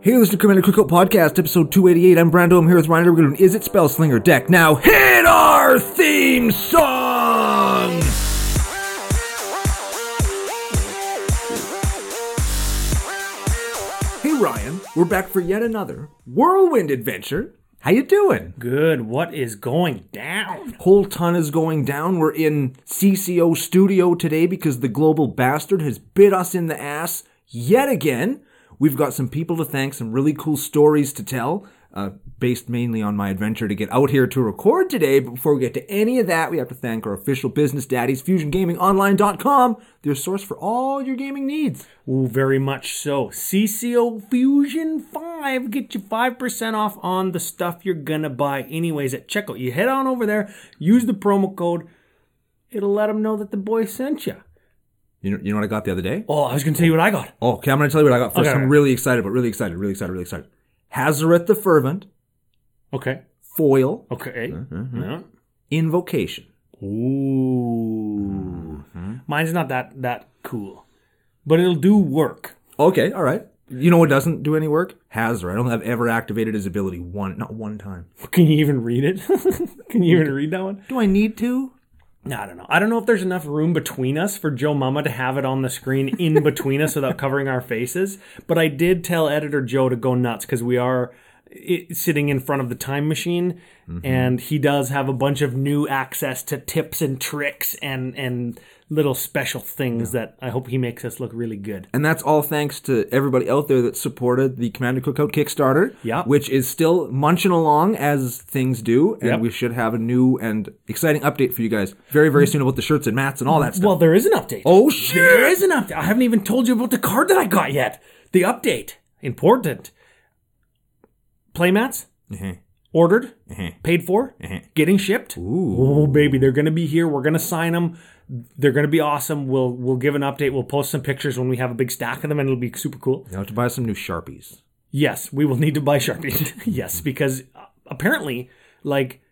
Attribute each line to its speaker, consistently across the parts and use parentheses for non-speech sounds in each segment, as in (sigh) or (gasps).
Speaker 1: Hey, listen to Commander Cookout Podcast, episode 288. I'm Brando. I'm here with Ryan. We're going to an Is It Spell Slinger deck. Now, hit our theme song! Hey, Ryan. We're back for yet another whirlwind adventure. How you doing?
Speaker 2: Good. What is going down?
Speaker 1: whole ton is going down. We're in CCO studio today because the global bastard has bit us in the ass yet again. We've got some people to thank, some really cool stories to tell, uh, based mainly on my adventure to get out here to record today. But before we get to any of that, we have to thank our official business daddies, FusionGamingOnline.com, their source for all your gaming needs.
Speaker 2: Ooh, very much so. CCO Fusion 5. Get you 5% off on the stuff you're going to buy anyways at checkout. You head on over there, use the promo code. It'll let them know that the boy sent you.
Speaker 1: You know, you know what I got the other day?
Speaker 2: Oh, I was going to tell you what I got.
Speaker 1: Oh, okay, I'm going to tell you what I got first.
Speaker 2: Okay.
Speaker 1: I'm really excited, but really excited, really excited, really excited. Hazareth the Fervent,
Speaker 2: Okay.
Speaker 1: Foil,
Speaker 2: Okay. Yeah.
Speaker 1: Invocation.
Speaker 2: Ooh. Mine's not that that cool. But it'll do work. (laughs)
Speaker 1: Okay, all right. You know what doesn't do any work? Hazard. I don't have ever activated his ability one, not one time.
Speaker 2: Can you even read it? (laughs) Can you even read that one?
Speaker 1: Do I need to?
Speaker 2: No, I don't know. I don't know if there's enough room between us for Joe Mama to have it on the screen in between us without covering our faces. But I did tell editor Joe to go nuts because we are i sitting in front of the time machine, and he does have a bunch of new access to tips and tricks and and little special things that I hope he makes us look really good.
Speaker 1: And that's all thanks to everybody out there that supported the Commander Cookout Kickstarter,
Speaker 2: Yep.
Speaker 1: which is still munching along as things do. And
Speaker 2: Yep.
Speaker 1: we should have a new and exciting update for you guys very, very soon about the shirts and mats and all that stuff.
Speaker 2: Well, there is an update.
Speaker 1: oh, shit.
Speaker 2: There is an update. I haven't even told you about the card that I got yet. The update. Important. Playmats? Ordered? Paid for? Getting shipped? Ooh. Oh, baby. They're going to be here. We're going to sign them. They're going to be awesome. We'll we'll give an update. We'll post some pictures when we have a big stack of them, and it'll be super cool.
Speaker 1: Now to buy some new Sharpies.
Speaker 2: Yes, we will need to buy Sharpie. (laughs) yes, because uh, apparently, like,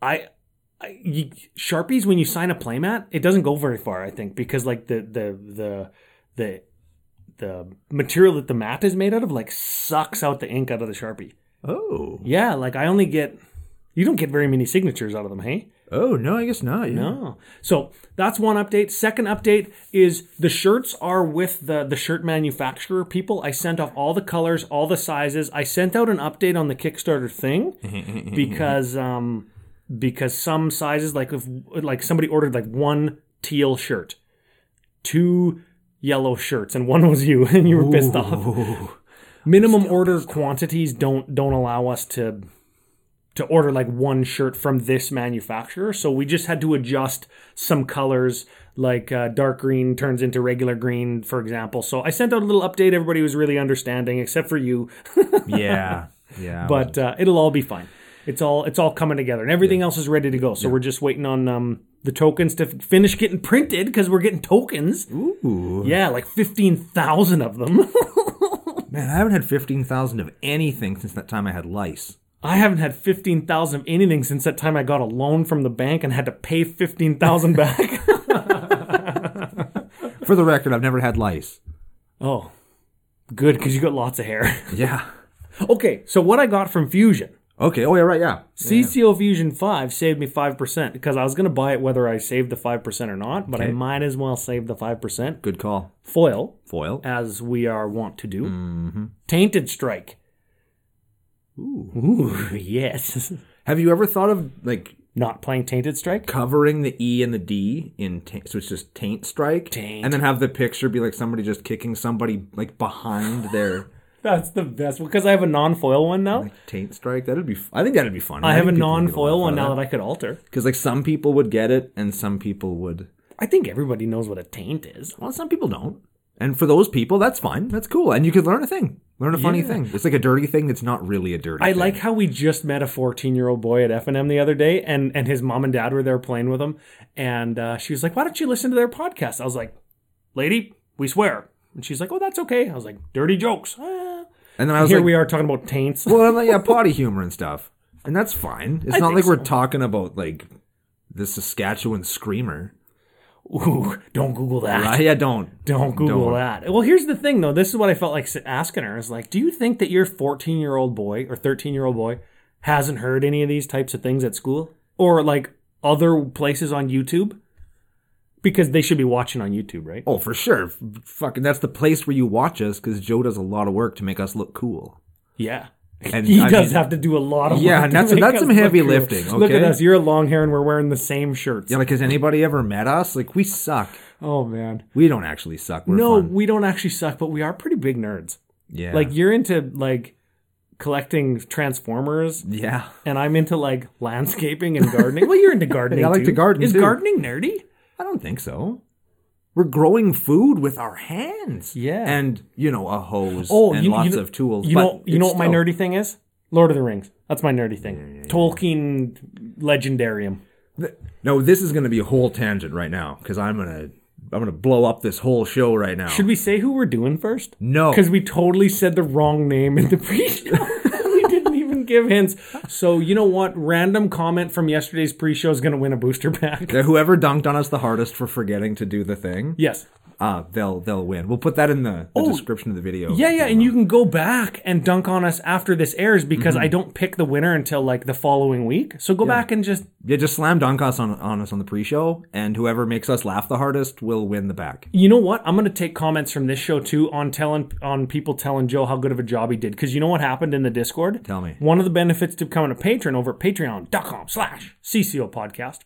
Speaker 2: I, I you, Sharpies when you sign a playmat, it doesn't go very far. I think because like the the the the the material that the mat is made out of like sucks out the ink out of the Sharpie.
Speaker 1: Oh.
Speaker 2: Yeah, like I only get you don't get very many signatures out of them, hey?
Speaker 1: Oh, no, I guess not. Yeah.
Speaker 2: No. So that's one update. Second update is the shirts are with the the shirt manufacturer people. I sent off all the colors, all the sizes. I sent out an update on the Kickstarter thing because um because some sizes like if like somebody ordered like one teal shirt, two yellow shirts, and one was you, (laughs) and you were pissed off. Minimum order quantities don't don't allow us to to order like one shirt from this manufacturer. So we just had to adjust some colors, like uh, dark green turns into regular green, for example. So I sent out a little update. Everybody was really understanding, except for you.
Speaker 1: (laughs) Yeah. yeah.
Speaker 2: But uh, it'll all be fine. It's all it's all coming together, and everything else is ready to go. So we're just waiting on um, the tokens to f- finish getting printed because we're getting tokens.
Speaker 1: Ooh.
Speaker 2: Yeah, like fifteen thousand of them. (laughs)
Speaker 1: Man, I haven't had 15,000 of anything since that time I had lice.
Speaker 2: I haven't had fifteen thousand of anything since that time I got a loan from the bank and had to pay fifteen thousand back. (laughs)
Speaker 1: For the record, I've never had lice.
Speaker 2: Oh, good, because you got lots of hair. (laughs)
Speaker 1: Yeah.
Speaker 2: okay, so what I got from Fusion,
Speaker 1: Okay. Oh, yeah, right. Yeah.
Speaker 2: CCO Fusion 5 saved me 5% because I was going to buy it whether I saved the 5% or not, but I
Speaker 1: Okay.
Speaker 2: might as well save the 5%.
Speaker 1: Good call.
Speaker 2: Foil,
Speaker 1: Foil.
Speaker 2: as we are wont to do. Tainted Strike. Mm-hmm. Ooh. (laughs) yes.
Speaker 1: Have you ever thought of like
Speaker 2: not playing Tainted Strike?
Speaker 1: covering the E and the D in taint, so it's just taint strike,
Speaker 2: Taint.
Speaker 1: and then have the picture be like somebody just kicking somebody like behind
Speaker 2: (sighs)
Speaker 1: their
Speaker 2: That's the best because I have a non foil one now.
Speaker 1: taint strike? That'd be. F- I think that'd be fun.
Speaker 2: I have a non foil one now that I could alter.
Speaker 1: because like some people would get it and some people would.
Speaker 2: I think everybody knows what a taint is.
Speaker 1: Well, some people don't. And for those people, that's fine. That's cool, and you could learn a thing, learn a funny
Speaker 2: Yeah.
Speaker 1: thing. It's like a dirty thing that's not really a dirty.
Speaker 2: I
Speaker 1: thing.
Speaker 2: like how we just met a 14 year old boy at F and M the other day, and and his mom and dad were there playing with him, and uh, she was like, "Why don't you listen to their podcast?" I was like, "Lady, we swear," and she's like, "Oh, that's okay." I was like, "Dirty jokes." Ah.
Speaker 1: And then I was
Speaker 2: Here
Speaker 1: like,
Speaker 2: we are talking about taints.
Speaker 1: Well, I'm like, yeah, potty humor and stuff, and that's fine. It's not
Speaker 2: think
Speaker 1: like we're talking about like the Saskatchewan screamer.
Speaker 2: (laughs) Ooh, don't Google that.
Speaker 1: Right? Yeah, don't.
Speaker 2: Don't Google
Speaker 1: Don't.
Speaker 2: that. Well, here's the thing, though. This is what I felt like s- asking her. Is like, do you think that your 14 year old boy or 13 year old boy hasn't heard any of these types of things at school or like other places on YouTube? Because they should be watching on YouTube, right?
Speaker 1: Oh, for sure. F- Fucking, that's the place where you watch us because Joe does a lot of work to make us look cool.
Speaker 2: Yeah.
Speaker 1: And
Speaker 2: He
Speaker 1: I
Speaker 2: does
Speaker 1: mean-
Speaker 2: have to do a lot of
Speaker 1: Yeah,
Speaker 2: work
Speaker 1: and
Speaker 2: to
Speaker 1: that's-
Speaker 2: make
Speaker 1: that's
Speaker 2: us
Speaker 1: some
Speaker 2: look
Speaker 1: heavy
Speaker 2: cool.
Speaker 1: lifting,
Speaker 2: Look at
Speaker 1: okay?
Speaker 2: us. You're a long hair and we're wearing the same shirts.
Speaker 1: Yeah, like has anybody ever met us? Like we suck.
Speaker 2: Oh man.
Speaker 1: We don't actually suck. We're
Speaker 2: no,
Speaker 1: fun.
Speaker 2: we don't actually suck, but we are pretty big nerds.
Speaker 1: Yeah.
Speaker 2: Like you're into like collecting transformers
Speaker 1: yeah.
Speaker 2: and I'm into like landscaping and gardening. well, you're (laughs) into gardening.
Speaker 1: Yeah, I like
Speaker 2: too.
Speaker 1: to garden,
Speaker 2: Is
Speaker 1: too.
Speaker 2: gardening nerdy?
Speaker 1: I don't think so. We're growing food with our hands.
Speaker 2: Yeah.
Speaker 1: And you know a hose.
Speaker 2: Oh,
Speaker 1: and
Speaker 2: you,
Speaker 1: lots
Speaker 2: you,
Speaker 1: of tools.
Speaker 2: You
Speaker 1: but
Speaker 2: know, you know
Speaker 1: it's
Speaker 2: what my
Speaker 1: still-
Speaker 2: nerdy thing is? Lord of the Rings. That's my nerdy thing. Tolkien legendarium.
Speaker 1: No, this is going to be a whole tangent right now because I'm gonna I'm gonna blow up this whole show right now.
Speaker 2: Should we say who we're doing first?
Speaker 1: No.
Speaker 2: Because we totally said the wrong name in the (laughs) pre show. we didn't even give hints. So, you know what? Random comment from yesterday's pre show is going to win a
Speaker 1: (laughs)
Speaker 2: booster pack.
Speaker 1: Whoever dunked on us the hardest for forgetting to do the thing,
Speaker 2: Yes.
Speaker 1: uh, they'll they'll win. We'll put that in the, the description of the video.
Speaker 2: Oh. Yeah, yeah. And you can go back and dunk on us after this airs because I don't pick the winner until like the following week. So go back and just,
Speaker 1: Mm-hmm. Yeah, just slam dunk us on, on us on the pre-show, and whoever makes us laugh the hardest will win the back.
Speaker 2: you know what? I'm going to take comments from this show too on telling, on people telling Joe how good of a job he did. Because you know what happened in the Discord?
Speaker 1: Tell me.
Speaker 2: One of the benefits to becoming a patron over at patreon.com slash CCO podcast,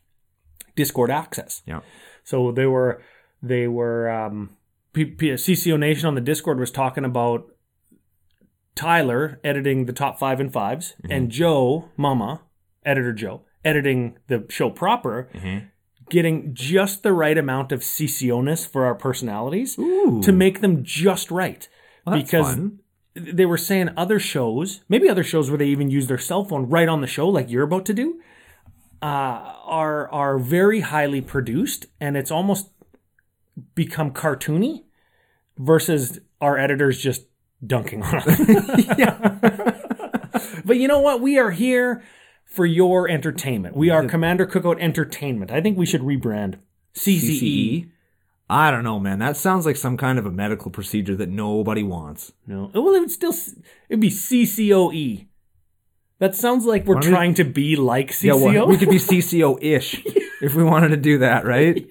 Speaker 2: Discord access.
Speaker 1: Yeah.
Speaker 2: So they were, they were, um, P- P- CCO Nation on the Discord was talking about Tyler editing the top five and 5s and Joe, Mama, editor Joe, editing the show proper,
Speaker 1: Uh-huh.
Speaker 2: getting just the right amount of CCO ness for our personalities to make them just right.
Speaker 1: that's fun.
Speaker 2: they were saying other shows, maybe other shows where they even use their cell phone right on the show, like you're about to do, uh, are are very highly produced, and it's almost become cartoony versus our editors just dunking
Speaker 1: (laughs)
Speaker 2: on (laughs) us. but you know what? We are here for your entertainment. We are Commander Cookout Entertainment. I think we should rebrand E. CCE.
Speaker 1: CCE. E. I don't know, man. That sounds like some kind of a medical procedure that nobody wants.
Speaker 2: No. Oh, Well, it would still it'd be CCOE. E. That sounds like we're
Speaker 1: don't we-
Speaker 2: trying to be like CCO.
Speaker 1: Yeah, well,
Speaker 2: E.
Speaker 1: we could be CCO ish if we wanted to do that, right?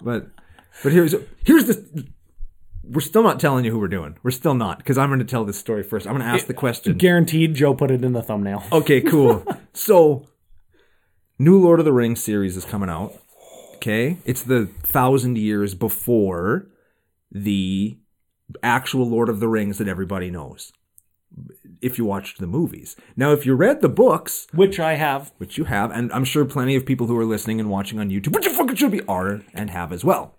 Speaker 1: But but here's here's the we're still not telling you who we're doing. We're still not because I'm going to tell this story first. I'm going to ask the
Speaker 2: (laughs)
Speaker 1: question.
Speaker 2: Guaranteed, Joe put it in the thumbnail.
Speaker 1: Okay, cool. so, new Lord of the Rings series is coming out. Okay, it's the thousand years before the actual Lord of the Rings that everybody knows. If you watched the movies, now if you read the books,
Speaker 2: Which I have.
Speaker 1: which you have, and I'm sure plenty of people who are listening and watching on YouTube, but you fucking should be are and have as well.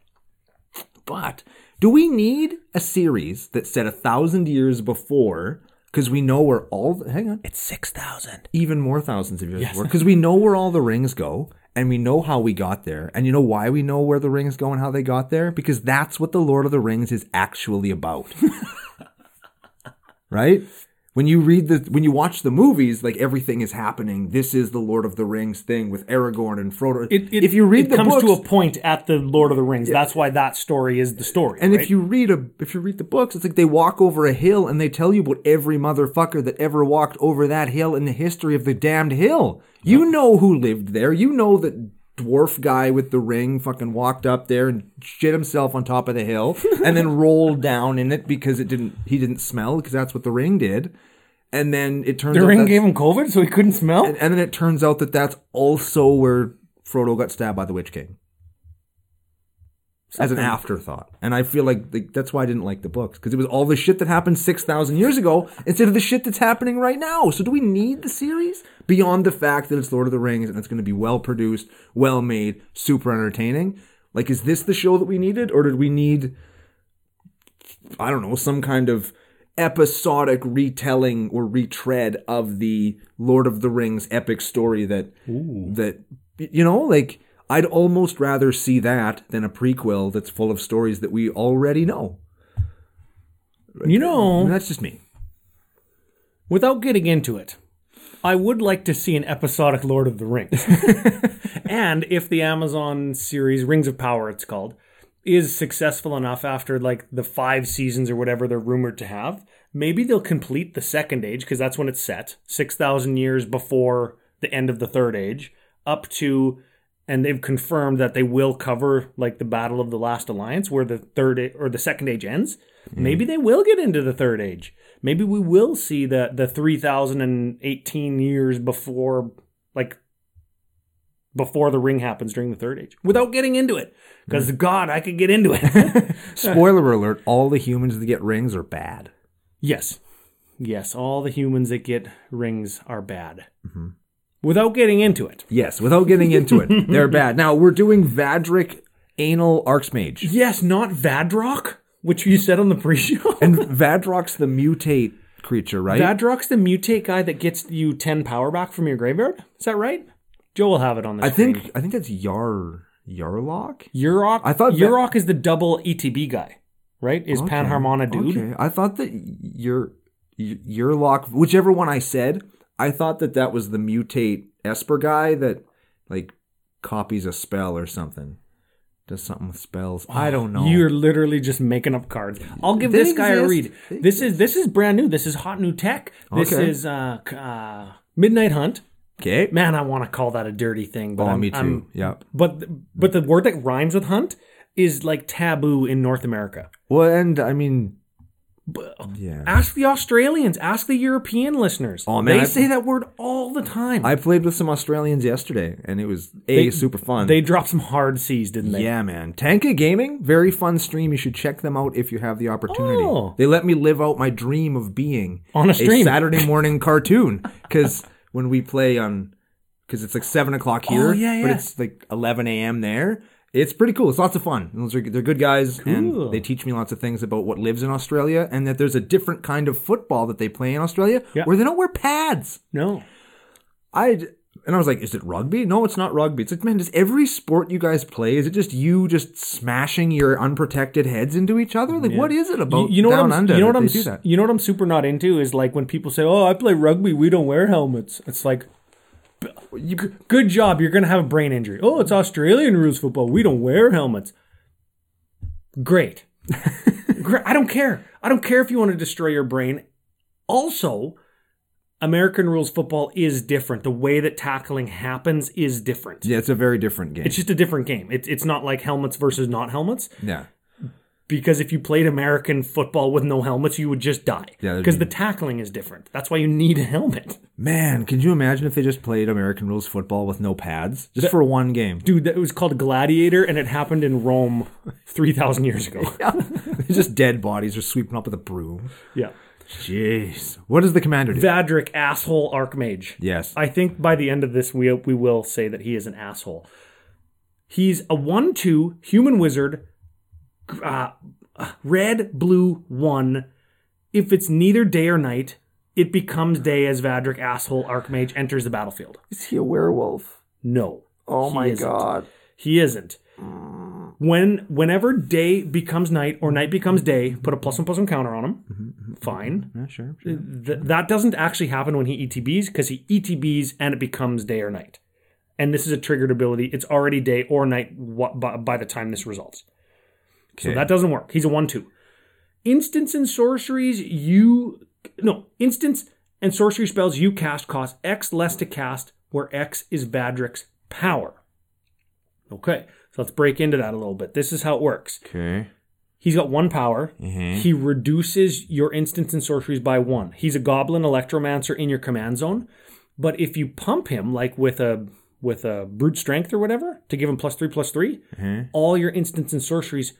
Speaker 1: But do we need a series that set a thousand years before? Because we know where all the, hang on
Speaker 2: It's 6,000.
Speaker 1: even more thousands of years before because we know where all the rings go and we know how we got there and you know why we know where the rings go and how they got there because that's what the lord of the rings is actually about (laughs) right when you read the when you watch the movies like everything is happening this is the lord of the rings thing with aragorn and frodo
Speaker 2: It, it,
Speaker 1: if you read
Speaker 2: it
Speaker 1: the
Speaker 2: comes
Speaker 1: books
Speaker 2: to a point at the Lord of the Rings. That's why that story is the story.
Speaker 1: and
Speaker 2: right?
Speaker 1: if you read a if you read the books, it's like they walk over a hill and they tell you about every motherfucker that ever walked over that hill in the history of the damned hill. You know who lived there. You know that dwarf guy with the ring fucking walked up there and shit himself on top of the
Speaker 2: (laughs)
Speaker 1: hill and then rolled down in it because it didn't he didn't smell because that's what the ring did. And then it turns
Speaker 2: the
Speaker 1: out
Speaker 2: ring
Speaker 1: that's-
Speaker 2: gave him COVID, so he couldn't smell.
Speaker 1: and then it turns out that that's also where Frodo got stabbed by the Witch King. As an afterthought. And I feel like like that's why I didn't like the books because it was all the shit that happened 6,000 years ago instead of the shit that's happening right now. So do we need the series beyond the fact that it's Lord of the Rings and it's going to be well produced, well made, super entertaining? Like is this the show that we needed or did we need I don't know, some kind of episodic retelling or retread of the Lord of the Rings epic story that that you know, like I'd almost rather see that than a prequel that's full of stories that we already know. And
Speaker 2: you know,
Speaker 1: that's just me.
Speaker 2: without getting into it, I would like to see an episodic Lord of the Rings. and if the Amazon series Rings of Power it's called is successful enough after like the 5 seasons or whatever they're rumored to have, maybe they'll complete the second age because that's when it's set, 6,000 years before the end of the third age up to and they've confirmed that they will cover like the battle of the last alliance where the third a- or the second age ends maybe they will get into the third age maybe we will see the the 3018 years before like before the ring happens during the third age without getting into it because god i could get into it
Speaker 1: Spoiler alert, all the humans that get rings are bad.
Speaker 2: yes yes all the humans that get rings are bad without getting into it
Speaker 1: Yes, without getting into it, they're bad. Now, we're doing Vadric Anal Archmage.
Speaker 2: yes not vadrock which you said on the pre-show
Speaker 1: And Vadroc's the mutate creature, right?
Speaker 2: Vadroc's the mutate guy that gets you 10 power back from your graveyard? Is that right? Joe will have it on this.
Speaker 1: I think I think that's Yar Yarlock.
Speaker 2: Yurok,
Speaker 1: I thought that-
Speaker 2: Yurok is the double ETB guy, right? Is Panharmona dude?
Speaker 1: Okay. I thought that your Yurlock, whichever one I said, I thought that that was the mutate Esper guy that like copies a spell or something, does something with spells. I don't know.
Speaker 2: Oh, You're literally just making up cards. I'll give
Speaker 1: They
Speaker 2: this guy a read.
Speaker 1: exist. They
Speaker 2: This is this is brand new. This is hot new tech. This
Speaker 1: Okay.
Speaker 2: is uh, c- uh, Midnight Hunt.
Speaker 1: okay.
Speaker 2: Man, I want to call that a dirty thing, but
Speaker 1: Oh,
Speaker 2: I'm-
Speaker 1: me too.
Speaker 2: I'm-
Speaker 1: Yeah.
Speaker 2: but th- but the word that rhymes with hunt is like taboo in North America.
Speaker 1: Well, and I mean,
Speaker 2: But,
Speaker 1: yeah.
Speaker 2: Ask the Australians, ask the European listeners.
Speaker 1: Oh, man,
Speaker 2: they
Speaker 1: I-
Speaker 2: say that word all the time.
Speaker 1: I played with some Australians yesterday, and it was a super fun.
Speaker 2: they dropped some hard C's, didn't they?
Speaker 1: yeah, man. Tanka Gaming, very fun stream. You should check them out if you have the opportunity.
Speaker 2: Oh.
Speaker 1: They let me live out my dream of being
Speaker 2: On a stream.
Speaker 1: Saturday
Speaker 2: (laughs)
Speaker 1: morning cartoon because when we play on, because it's like seven o'clock here,
Speaker 2: Oh, yeah,
Speaker 1: but
Speaker 2: yeah.
Speaker 1: it's like eleven a.m. there. It's pretty cool. It's lots of fun. Those are they're good guys,
Speaker 2: Cool.
Speaker 1: and they teach me lots of things about what lives in Australia, and that there's a different kind of football that they play in Australia
Speaker 2: Yeah.
Speaker 1: where they don't wear pads.
Speaker 2: No.
Speaker 1: I d- and I was like, is it rugby? No, it's not rugby. It's like, man, does every sport you guys play is it just you just smashing your unprotected heads into each other? Like, what is it
Speaker 2: You,
Speaker 1: about
Speaker 2: you know
Speaker 1: down
Speaker 2: what I'm,
Speaker 1: under?
Speaker 2: you know what
Speaker 1: that
Speaker 2: I'm,
Speaker 1: they do
Speaker 2: s-
Speaker 1: that?
Speaker 2: you know what I'm super not into is like when people say, "Oh, I play rugby, we don't wear helmets." It's like, b- g- good job, you're gonna have a brain injury. Oh, it's Australian rules football, we don't wear helmets. Great, (laughs) Gre- I don't care. I don't care if you want to destroy your brain. Also, American rules football is different. The way that tackling happens is different.
Speaker 1: Yeah, it's a very different game.
Speaker 2: It's just a different game. It's it's not like helmets versus not helmets
Speaker 1: yeah,
Speaker 2: because if you played American football with no helmets, you would just die.
Speaker 1: Yeah, that'd
Speaker 2: because
Speaker 1: be-
Speaker 2: the tackling is different. That's why you need a helmet,
Speaker 1: man, could you imagine if they just played American rules football with no pads just for one
Speaker 2: (laughs)
Speaker 1: game?
Speaker 2: dude. That was called gladiator, and it happened in Rome three thousand
Speaker 1: (laughs)
Speaker 2: years ago.
Speaker 1: just dead bodies are sweeping up with a broom.
Speaker 2: yeah,
Speaker 1: Jeez, what does the commander do?
Speaker 2: Vadric, asshole archmage.
Speaker 1: yes,
Speaker 2: I think by the end of this, we we will say that he is an asshole. He's a one-two human wizard, uh, red, blue, one. If it's neither day or night, it becomes day as Vadric, asshole archmage, enters the battlefield.
Speaker 1: is he a werewolf?
Speaker 2: No,
Speaker 1: Oh
Speaker 2: my isn't. God. Mm. he isn't. When whenever day becomes night or night becomes day, put a plus one plus one counter on him. Fine.
Speaker 1: Yeah, sure. sure.
Speaker 2: Th- that doesn't actually happen when he E ETBs because he ETBs and it becomes day or night. And this is a triggered ability. It's already day or night wha- by, by the time this resolves. So
Speaker 1: Okay.
Speaker 2: that doesn't work. He's a 1 2. Instants and sorceries you. No, instants and sorcery spells you cast cost X less to cast, where X is Vadric's power. Okay, so let's break into that a little bit. This is how it works.
Speaker 1: Okay.
Speaker 2: He's got one power.
Speaker 1: Mm-hmm.
Speaker 2: He reduces your instants and sorceries by one. He's a goblin electromancer in your command zone. But if you pump him, like with a with a brute strength or whatever, to give him plus three, plus three,
Speaker 1: Uh-huh.
Speaker 2: all your instants and sorceries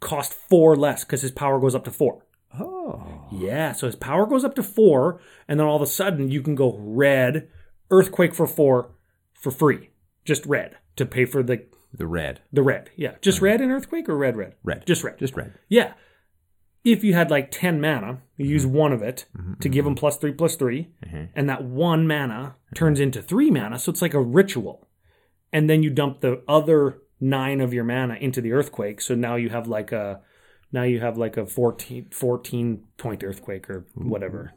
Speaker 2: cost four less because his power goes up to four.
Speaker 1: Oh.
Speaker 2: Yeah, so his power goes up to four, and then all of a sudden you can go red, earthquake for four for free. Just red to pay for the
Speaker 1: The red.
Speaker 2: the red. Yeah. Just red and earthquake or red red?
Speaker 1: Red.
Speaker 2: Just red.
Speaker 1: Just red.
Speaker 2: Yeah. If you had like 10 mana, you use one of it to give him plus three, plus three, and that one mana turns into three mana. So it's like a ritual. And then you dump the other nine of your mana into the earthquake. So now you have like a. Now you have like a 14, 14 point earthquake or whatever.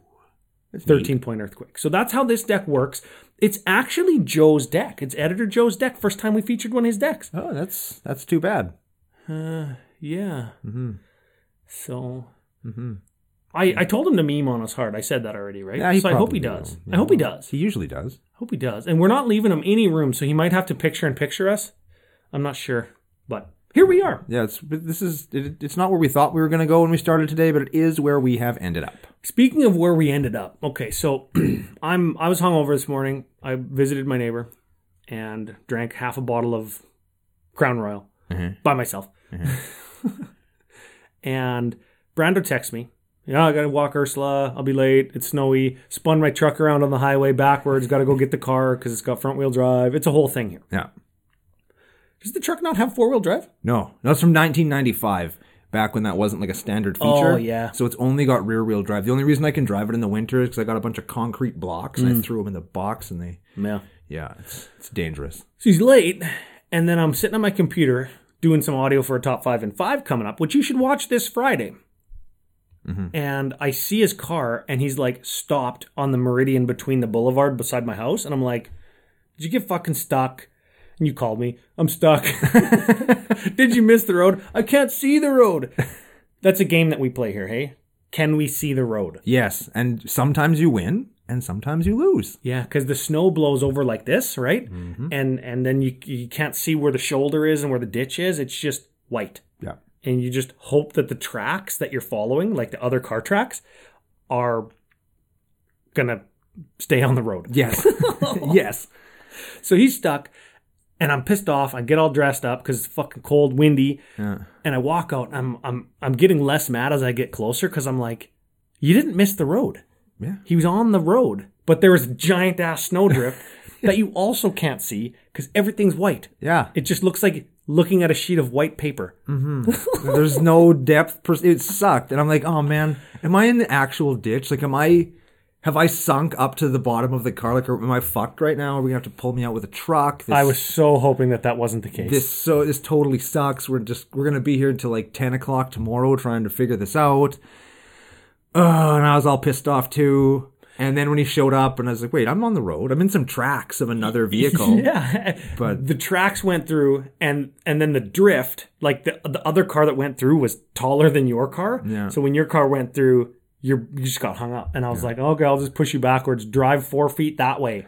Speaker 2: 13 point earthquake. So that's how this deck works. It's actually Joe's deck. It's editor Joe's deck. First time we featured one of his decks. Uh,
Speaker 1: Oh, that's that's too bad. Mm-hmm,
Speaker 2: Yeah. So. I, I told him to meme on us hard. I said that already, right?
Speaker 1: Yeah, he
Speaker 2: so I hope
Speaker 1: probably
Speaker 2: he does.
Speaker 1: will,
Speaker 2: I hope he does.
Speaker 1: He usually does.
Speaker 2: Hope he does. And we're not leaving him any room, so he might have to picture and picture us. I'm not sure, but here we are.
Speaker 1: Yeah, it's but this is it, it's not where we thought we were going to go when we started today, but it is where we have ended up.
Speaker 2: Speaking of where we ended up, okay, so (clears throat) I'm I was hungover this morning. I visited my neighbor and drank half a bottle of Crown Royal by myself. (laughs) and Brando texts me, "Yeah, I gotta walk Ursula. I'll be late. It's snowy. Spun my truck around on the highway backwards. Got to go get the car because it's got front wheel drive. It's a whole thing here.
Speaker 1: Yeah.
Speaker 2: Does the truck not have four wheel drive?
Speaker 1: No, that's from 1995, back when that wasn't like a standard feature.
Speaker 2: Oh, yeah.
Speaker 1: So it's only got rear wheel drive. The only reason I can drive it in the winter is because I got a bunch of concrete blocks and I
Speaker 2: Mm.
Speaker 1: threw them in the box and they.
Speaker 2: Yeah.
Speaker 1: Yeah, it's, it's dangerous.
Speaker 2: So he's late, and then I'm sitting on my computer doing some audio for a top five and five coming up, which you should watch this Friday. And I see his car, and he's like stopped on the meridian between the boulevard beside my house, and I'm like, "Did you get fucking stuck?" And you called me. I'm stuck. (laughs) Did you miss the road? I can't see the road. That's a game that we play here. Hey, can we see the road?
Speaker 1: Yes, and sometimes you win and sometimes you lose.
Speaker 2: Yeah, because the snow blows over like this, right? And and then you you can't see where the shoulder is and where the ditch is. It's just white,
Speaker 1: Yeah.
Speaker 2: and you just hope that the tracks that you're following, like the other car tracks, are gonna stay on the road. (laughs)
Speaker 1: Yes. yes.
Speaker 2: So he's stuck, and I'm pissed off. I get all dressed up because it's fucking cold, windy, and I walk out. I'm I'm I'm getting less mad as I get closer because I'm like, you didn't miss the road.
Speaker 1: Yeah.
Speaker 2: He was on the road, but there was a giant ass snowdrift
Speaker 1: (laughs)
Speaker 2: that you also can't see because everything's white.
Speaker 1: Yeah.
Speaker 2: It just looks like looking at a sheet of white paper.
Speaker 1: There's no depth. Per- it sucked, and I'm like, oh man, am I in the actual ditch? Like, am I? Have I sunk up to the bottom of the car? Like, am I fucked right now? Are we gonna have to pull me out with a truck? This,
Speaker 2: I was so hoping that that wasn't the case.
Speaker 1: this so this totally sucks. We're just we're gonna be here until like ten o'clock tomorrow trying to figure this out. Oh, and I was all pissed off too. And then when he showed up, and I was like, wait, I'm on the road. I'm in some tracks of another vehicle.
Speaker 2: (laughs) yeah,
Speaker 1: Oh. (laughs) But-
Speaker 2: the tracks went through, and and then the drift, like the the other car that went through was taller than your car.
Speaker 1: Yeah.
Speaker 2: So when your car went through, you're, you just got hung up, and I was like, okay, I'll just push you backwards, drive four feet
Speaker 1: (laughs)
Speaker 2: that way.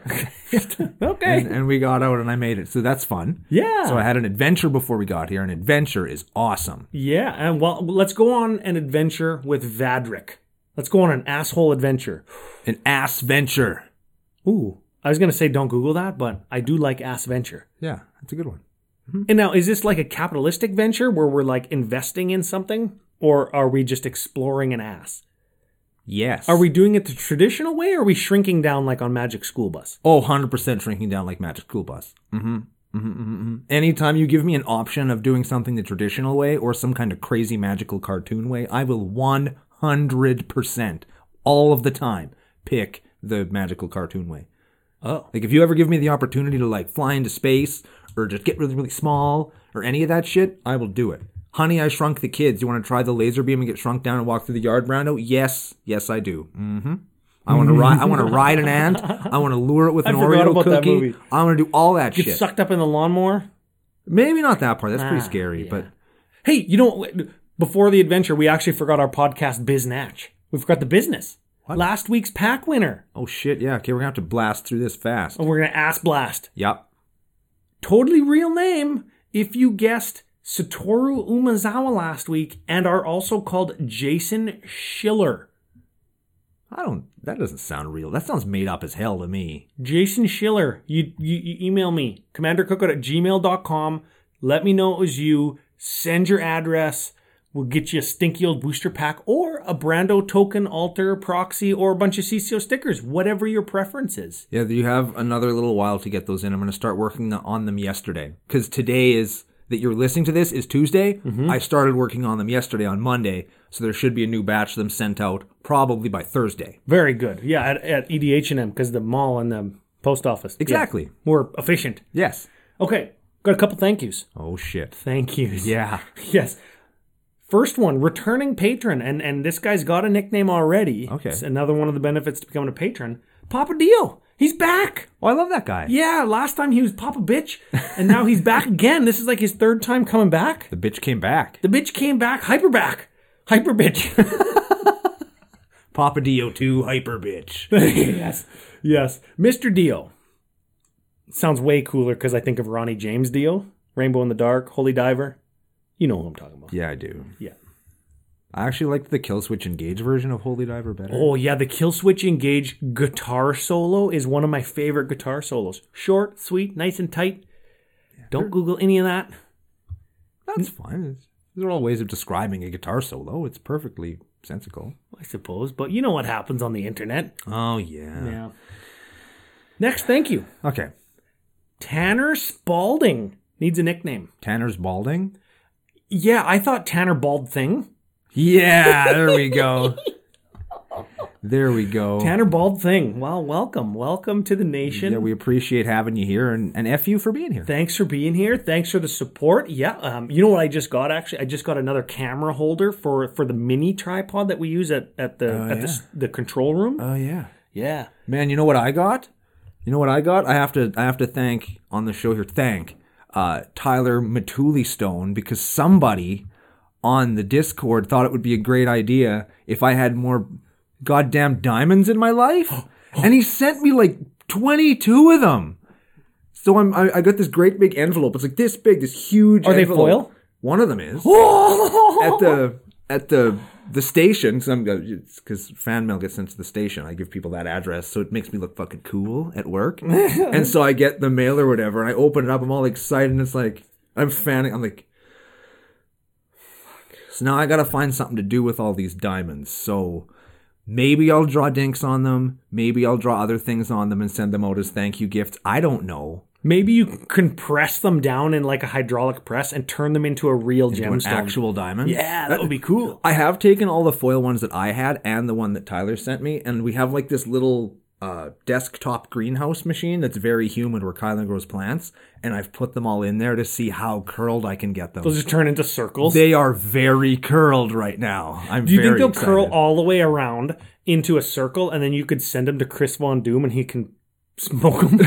Speaker 2: okay.
Speaker 1: And, and we got out, and I made it. So that's fun.
Speaker 2: yeah.
Speaker 1: So I had an adventure before we got here. An adventure is awesome.
Speaker 2: Yeah, and well, let's go on an adventure with Vadric. Let's go on an asshole adventure.
Speaker 1: An ass venture.
Speaker 2: Ooh, I was gonna say don't Google that, but I do like ass venture.
Speaker 1: Yeah, that's a good one.
Speaker 2: And now, is this like a capitalistic venture where we're like investing in something, or are we just exploring an ass?
Speaker 1: Yes.
Speaker 2: Are we doing it the traditional way, or are we shrinking down like on Magic School Bus?
Speaker 1: Oh, 100% shrinking down like Magic School Bus. Mm hmm. Mm-hmm, Anytime you give me an option of doing something the traditional way or some kind of crazy magical cartoon way, I will 100% all of the time pick the magical cartoon way.
Speaker 2: Oh,
Speaker 1: Like, if you ever give me the opportunity to, like, fly into space or just get really, really small or any of that shit, I will do it. Honey, I shrunk the kids. You want to try the laser beam and get shrunk down and walk through the yard, Brando? Yes. Yes, I do. Mm hmm. I want to ride. I want to ride an ant. I want to lure it
Speaker 2: (laughs)
Speaker 1: with an
Speaker 2: Mm-hmm. forgot
Speaker 1: Oreo
Speaker 2: about that
Speaker 1: cookie.
Speaker 2: movie.
Speaker 1: I want to do all that
Speaker 2: get
Speaker 1: shit.
Speaker 2: sucked up in the lawnmower.
Speaker 1: Maybe not that part. That's
Speaker 2: Ah,
Speaker 1: pretty scary.
Speaker 2: yeah.
Speaker 1: But
Speaker 2: Hey, you know, what? before the adventure, we actually forgot our podcast biznatch. We forgot the business. Last week's pack winner.
Speaker 1: oh shit, yeah. Okay, we're gonna have to blast through this fast.
Speaker 2: and we're gonna ass blast.
Speaker 1: Yep.
Speaker 2: Totally real name. If you guessed Satoru Umazawa last week and are also called Jason Schiller.
Speaker 1: I don't. That doesn't sound real. That sounds made up as hell to me.
Speaker 2: Jason Schiller, you, you, you email me, commandercookout at gmail.com. Let me know it was you. Send your address. We'll get you a stinky old booster pack or a Brando token, altar, proxy, or a bunch of CCO stickers, whatever your preference is.
Speaker 1: Yeah, you have another little while to get those in. I'm gonna start working the- on them yesterday because today is that you're listening to this is Tuesday. I started working on them yesterday on Monday, so there should be a new batch of them sent out probably by Thursday.
Speaker 2: Very good. Yeah, at, at E EDH&M because the mall and the post office. Yeah.
Speaker 1: Exactly.
Speaker 2: more efficient.
Speaker 1: Yes.
Speaker 2: Okay, got a couple thank yous.
Speaker 1: Oh shit.
Speaker 2: Thank yous.
Speaker 1: Yeah.
Speaker 2: Yes. First one, returning patron, and and this guy's got a nickname already.
Speaker 1: Okay.
Speaker 2: it's another one of the benefits to becoming a patron. Papa Dio, he's back.
Speaker 1: Oh, I love that guy.
Speaker 2: Yeah, last time he was Papa Bitch, and now he's back again. This is like his third time coming back.
Speaker 1: The bitch came back.
Speaker 2: The bitch came back, hyper back, hyper bitch. (laughs)
Speaker 1: Papa Dio 2 hyper bitch.
Speaker 2: yes, yes, Mr. Dio. Sounds way cooler because I think of Ronnie James Dio, Rainbow in the Dark, Holy Diver. You know who I'm talking about.
Speaker 1: yeah, I do.
Speaker 2: Yeah.
Speaker 1: I actually liked the Kill Switch Engage version of Holy Diver better.
Speaker 2: Oh yeah, the Kill Switch Engage guitar solo is one of my favorite guitar solos. Short, sweet, nice and tight. Don't Google any of that.
Speaker 1: That's fine. It's, these are all ways of describing a guitar solo. It's perfectly sensical.
Speaker 2: I suppose, but you know what happens on the internet.
Speaker 1: Oh, yeah.
Speaker 2: Yeah. Next, thank you.
Speaker 1: Okay.
Speaker 2: Tanner Spalding needs a nickname.
Speaker 1: Tanner's balding.
Speaker 2: Yeah, I thought Tanner Bald Thing.
Speaker 1: Oh. Yeah, there we go. there we go.
Speaker 2: Tanner Bald Thing. Well, welcome. Welcome to the nation.
Speaker 1: yeah, we appreciate having you here and, and F you for being here.
Speaker 2: Thanks for being here. Thanks for the support. Yeah, um, you know what I just got actually? I just got another camera holder for for the mini tripod that we use at at the at the, s- the control room.
Speaker 1: Oh, yeah.
Speaker 2: yeah.
Speaker 1: Man, you know what I got? You know what I got? I have to I have to thank on the show here thank uh, Tyler Matuli Stone because somebody on the Discord thought it would be a great idea if I had more goddamn diamonds in my life,
Speaker 2: (gasps)
Speaker 1: and he sent me like twenty two of them. So I'm I, I got this great big envelope. It's like this big, this huge.
Speaker 2: Are they
Speaker 1: envelope.
Speaker 2: foil?
Speaker 1: One of them is at the at the the station because fan mail gets sent to the station i give people that address so it makes me look fucking cool at work and so i get the mail or whatever and i open it up i'm all excited and it's like i'm fanning i'm like Fuck. so now i gotta find something to do with all these diamonds so maybe i'll draw dinks on them maybe i'll draw other things on them and send them out as thank you gifts i don't know
Speaker 2: (laughs) Maybe you can press them down in like a hydraulic press and turn them into a real
Speaker 1: an
Speaker 2: gemstone.
Speaker 1: actual diamond
Speaker 2: yeah, that would
Speaker 1: (laughs)
Speaker 2: be cool.
Speaker 1: I have taken all the foil ones that I had and the one that Tyler sent me, and we have like this little uh, desktop greenhouse machine that's very humid where Kylan grows plants, and I've put them all in there to see how curled I can get them.
Speaker 2: They'll just turn into circles.
Speaker 1: they are very curled right now. I'm
Speaker 2: Do you
Speaker 1: very
Speaker 2: think they'll
Speaker 1: excited.
Speaker 2: curl all the way around into a circle, and then you could send them to Chris Von Doom, and he can smoke (laughs) them?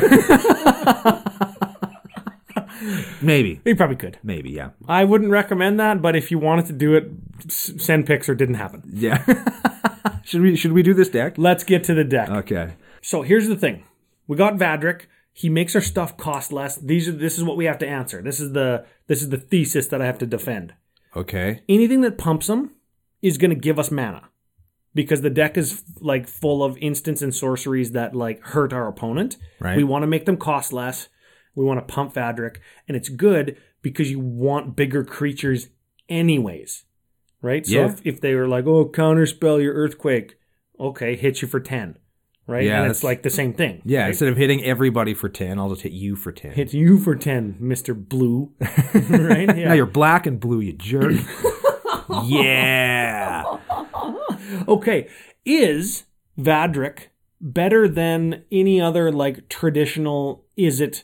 Speaker 1: Maybe,
Speaker 2: he probably could.
Speaker 1: maybe, yeah,
Speaker 2: I wouldn't recommend that, but if you wanted to do it, s- send pics or didn't happen.
Speaker 1: yeah. (laughs) should we should we do this deck?
Speaker 2: Let's get to the deck.
Speaker 1: Okay.
Speaker 2: So here's the thing: we got Vadric. He makes our stuff cost less. These are this is what we have to answer. This is the this is the thesis that I have to defend.
Speaker 1: Okay.
Speaker 2: Anything that pumps him is going to give us mana because the deck is like full of instants and sorceries that like hurt our opponent.
Speaker 1: Right.
Speaker 2: We want to make them cost less. We want to pump Vadric, and it's good because you want bigger creatures anyways, right? So
Speaker 1: Yeah.
Speaker 2: if, if they were like, oh, counterspell your earthquake, okay, hit you for ten, right?
Speaker 1: Yeah,
Speaker 2: and it's
Speaker 1: that's-
Speaker 2: like the same thing.
Speaker 1: Yeah.
Speaker 2: right?
Speaker 1: Instead of hitting everybody for ten, I'll just hit you for ten.
Speaker 2: hit you for ten, Mister
Speaker 1: (laughs)
Speaker 2: Blue, right?
Speaker 1: Now you're black and blue, you
Speaker 2: (laughs)
Speaker 1: jerk. yeah.
Speaker 2: Okay, is Vadric better than any other like traditional is it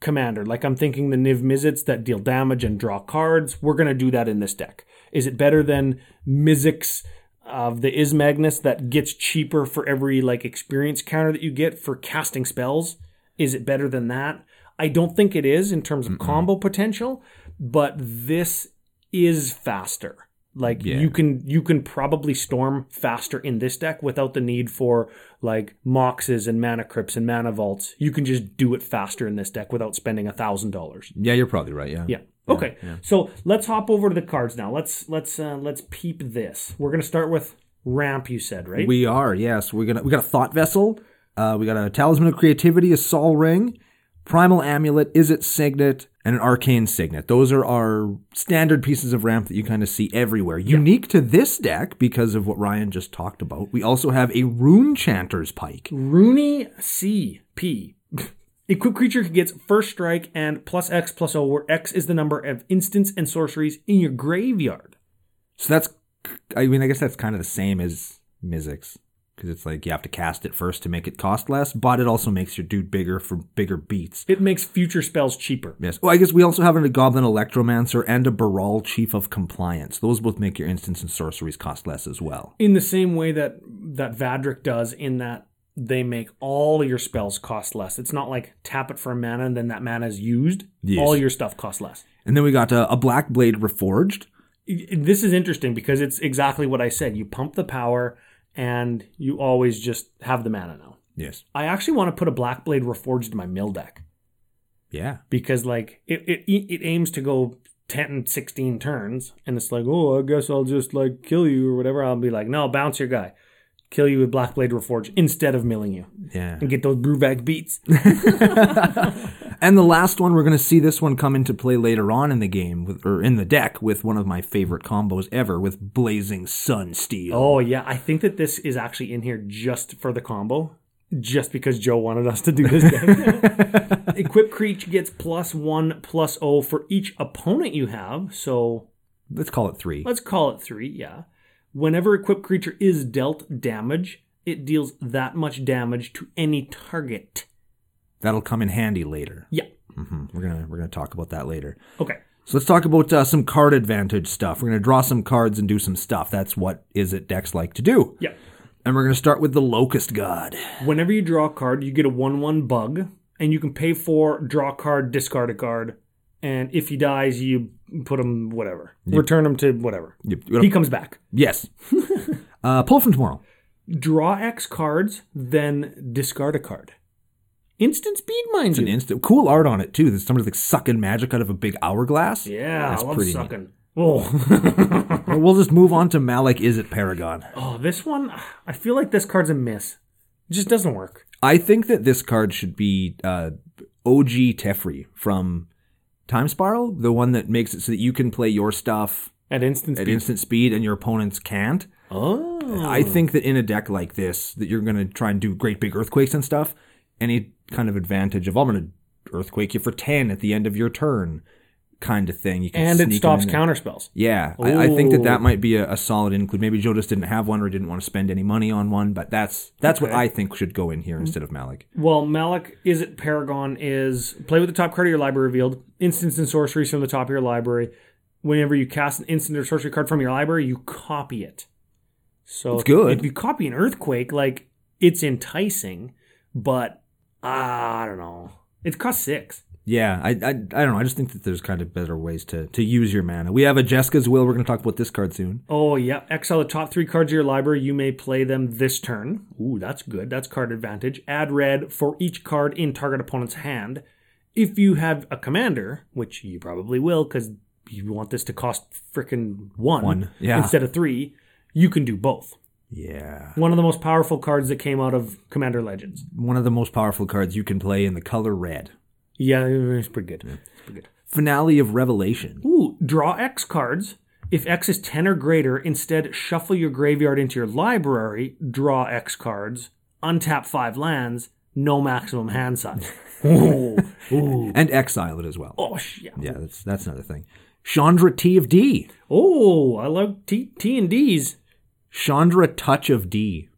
Speaker 2: commander? Like I'm thinking the Niv Mizzets that deal damage and draw cards. We're gonna do that in this deck. Is it better than Mizzix of the Ismagnus that gets cheaper for every like experience counter that you get for casting spells? Is it better than that? I don't think it is in terms of combo potential, but this is faster. Like
Speaker 1: Yeah.
Speaker 2: you can you can probably storm faster in this deck without the need for like moxes and mana crypts and mana vaults. You can just do it faster in this deck without spending a thousand dollars.
Speaker 1: Yeah, you're probably right. Yeah.
Speaker 2: Yeah. Okay. So let's hop over to the cards now. Let's let's uh, let's peep this. We're gonna start with ramp. You said right.
Speaker 1: We are, yes. We're gonna we got a thought vessel. Uh, we got a talisman of creativity, a sol ring, primal amulet, is it signet, and an arcane signet. Those are our standard pieces of ramp that you kind of see everywhere. Unique to this deck because of what Ryan just talked about. We also have a rune chanter's pike.
Speaker 2: Rooney CP. (laughs) Equipped creature gets first strike and plus X plus O, where X is the number of instants and sorceries in your graveyard.
Speaker 1: So that's, I mean, I guess that's kind of the same as Mizzix. because it's like you have to cast it first to make it cost less, but it also makes your dude bigger for bigger beats.
Speaker 2: It makes future spells cheaper.
Speaker 1: Yes. Well, I guess we also have a Goblin Electromancer and a Baral Chief of Compliance. Those both make your instants and sorceries cost less as well.
Speaker 2: In the same way that that Vadric does in that they make all your spells cost less. It's not like tap it for a mana and then that mana is used.
Speaker 1: Yes.
Speaker 2: All your stuff costs less.
Speaker 1: And then we got a, a Black Blade Reforged.
Speaker 2: I- I- This is interesting because it's exactly what I said. You pump the power and you always just have the mana now.
Speaker 1: Yes.
Speaker 2: I actually want to put a Black Blade Reforged in my mill deck.
Speaker 1: Yeah.
Speaker 2: because like it it, e, it aims to go 10 16 turns and it's like oh i guess i'll just like kill you or whatever i'll be like no bounce your guy kill you with black blade reforge instead of milling you (laughs)
Speaker 1: Yeah.
Speaker 2: and get those brewbag beats
Speaker 1: And the last one, we're going to see this one come into play later on in the game, with, or in the deck, with one of my favorite combos ever, with Blazing Sun Steel.
Speaker 2: oh yeah i think that this is actually in here just for the combo just because joe wanted us to do this deck. equip creature gets plus one plus oh for each opponent you have so
Speaker 1: (laughs) Let's call it three.
Speaker 2: Let's call it three, yeah. Whenever equipped creature is dealt damage, it deals that much damage to any target.
Speaker 1: That'll come in handy later.
Speaker 2: Yeah.
Speaker 1: hmm We're gonna we're gonna talk about that later.
Speaker 2: Okay.
Speaker 1: So let's talk about uh, some card advantage stuff. We're gonna draw some cards and do some stuff. That's what is it decks like to do.
Speaker 2: Yeah.
Speaker 1: And we're gonna start with the Locust God.
Speaker 2: Whenever you draw a card, you get a 1 1 bug, and you can pay for, draw a card, discard a card, and if he dies, you put him whatever. Return him to whatever.
Speaker 1: Yep.
Speaker 2: He comes back. (laughs)
Speaker 1: Yes. uh, pull from tomorrow.
Speaker 2: Draw X cards, then discard a card. Instant speed mines
Speaker 1: An
Speaker 2: you.
Speaker 1: instant. Cool art on it too. There's somebody like sucking magic out of a big hourglass.
Speaker 2: Yeah,
Speaker 1: That's
Speaker 2: I love
Speaker 1: pretty neat.
Speaker 2: sucking. Oh. (laughs)
Speaker 1: Well, We'll just move on to Malik. Is it Paragon?
Speaker 2: Oh, this one, I feel like this card's a miss. It just doesn't work.
Speaker 1: I think that this card should be uh, OG Teferi from Time Spiral, the one that makes it so that you can play your stuff
Speaker 2: At instant
Speaker 1: at
Speaker 2: speed.
Speaker 1: instant speed and your opponents can't.
Speaker 2: oh.
Speaker 1: I think that in a deck like this, that you're going to try and do great big earthquakes and stuff, any kind of advantage of, I'm going to earthquake you for 10 at the end of your turn kind of thing. You can
Speaker 2: And it
Speaker 1: sneak 'em
Speaker 2: stops
Speaker 1: in there.
Speaker 2: counterspells.
Speaker 1: Yeah, I, I think that that
Speaker 2: Ooh.
Speaker 1: might be a, a solid include. Maybe Joe just didn't have one or didn't want to spend any money on one, but that's that's what I think should go in
Speaker 2: Hmm.
Speaker 1: here instead of Malik.
Speaker 2: Well, Malik is it Paragon is play with the top card of your library revealed, instants and sorceries from the top of your library. Whenever you cast an instant or sorcery card from your library, you copy it. So
Speaker 1: It's good.
Speaker 2: if you copy an earthquake, like it's enticing, but ah, I don't know. It costs six.
Speaker 1: Yeah, I, I I don't know. I just think that there's kind of better ways to to use your mana. We have a Jessica's Will. We're going to talk about this card soon.
Speaker 2: Oh yeah, exile the top three cards of your library. You may play them this turn. Ooh, that's good. That's card advantage. Add red for each card in target opponent's hand. If you have a commander, which you probably will, because you want this to cost frickin' one,
Speaker 1: One, yeah.
Speaker 2: instead of three, you can do both.
Speaker 1: Yeah,
Speaker 2: One of the most powerful cards that came out of Commander Legends.
Speaker 1: one of the most powerful cards you can play in the color red.
Speaker 2: Yeah, it's pretty good. It's pretty good.
Speaker 1: Finale of Revelation.
Speaker 2: Ooh, draw X cards. If X is 10 or greater, instead shuffle your graveyard into your library, draw X cards, untap five lands, no maximum hand size. (laughs) Ooh, ooh.
Speaker 1: and exile it as well.
Speaker 2: Oh, sh- yeah.
Speaker 1: Yeah, that's that's another thing. Chandra T of D.
Speaker 2: Oh, I love T, T and D's.
Speaker 1: Chandra Touch of D.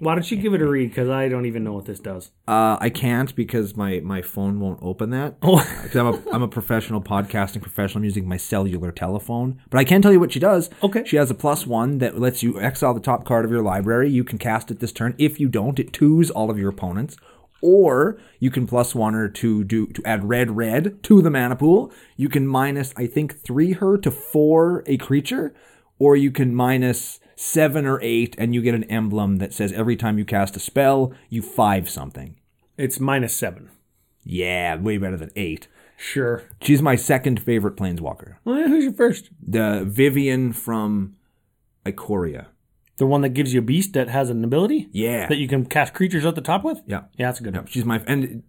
Speaker 2: Why don't you give it a read? Because I don't even know what this does.
Speaker 1: Uh, I can't because my, my phone won't open that.
Speaker 2: (laughs) Oh,
Speaker 1: Because I'm a, I'm a professional podcasting professional. I'm using my cellular telephone. But I can tell you what she does.
Speaker 2: Okay.
Speaker 1: She has a plus one that lets you exile the top card of your library. You can cast it this turn. If you don't, it twos all of your opponents. Or you can plus one her to do to add red red to the mana pool. You can minus I think three her to four a creature, or you can minus seven or eight, and you get an emblem that says every time you cast a spell, you five something.
Speaker 2: it's minus seven.
Speaker 1: Yeah, way better than eight.
Speaker 2: Sure.
Speaker 1: She's my second favorite planeswalker.
Speaker 2: Well, yeah, who's your first?
Speaker 1: The Vivian from Ikoria.
Speaker 2: The one that gives you a beast that has an ability
Speaker 1: Yeah.
Speaker 2: that you can cast creatures at the top with?
Speaker 1: yeah.
Speaker 2: Yeah, that's a good one.
Speaker 1: She's my and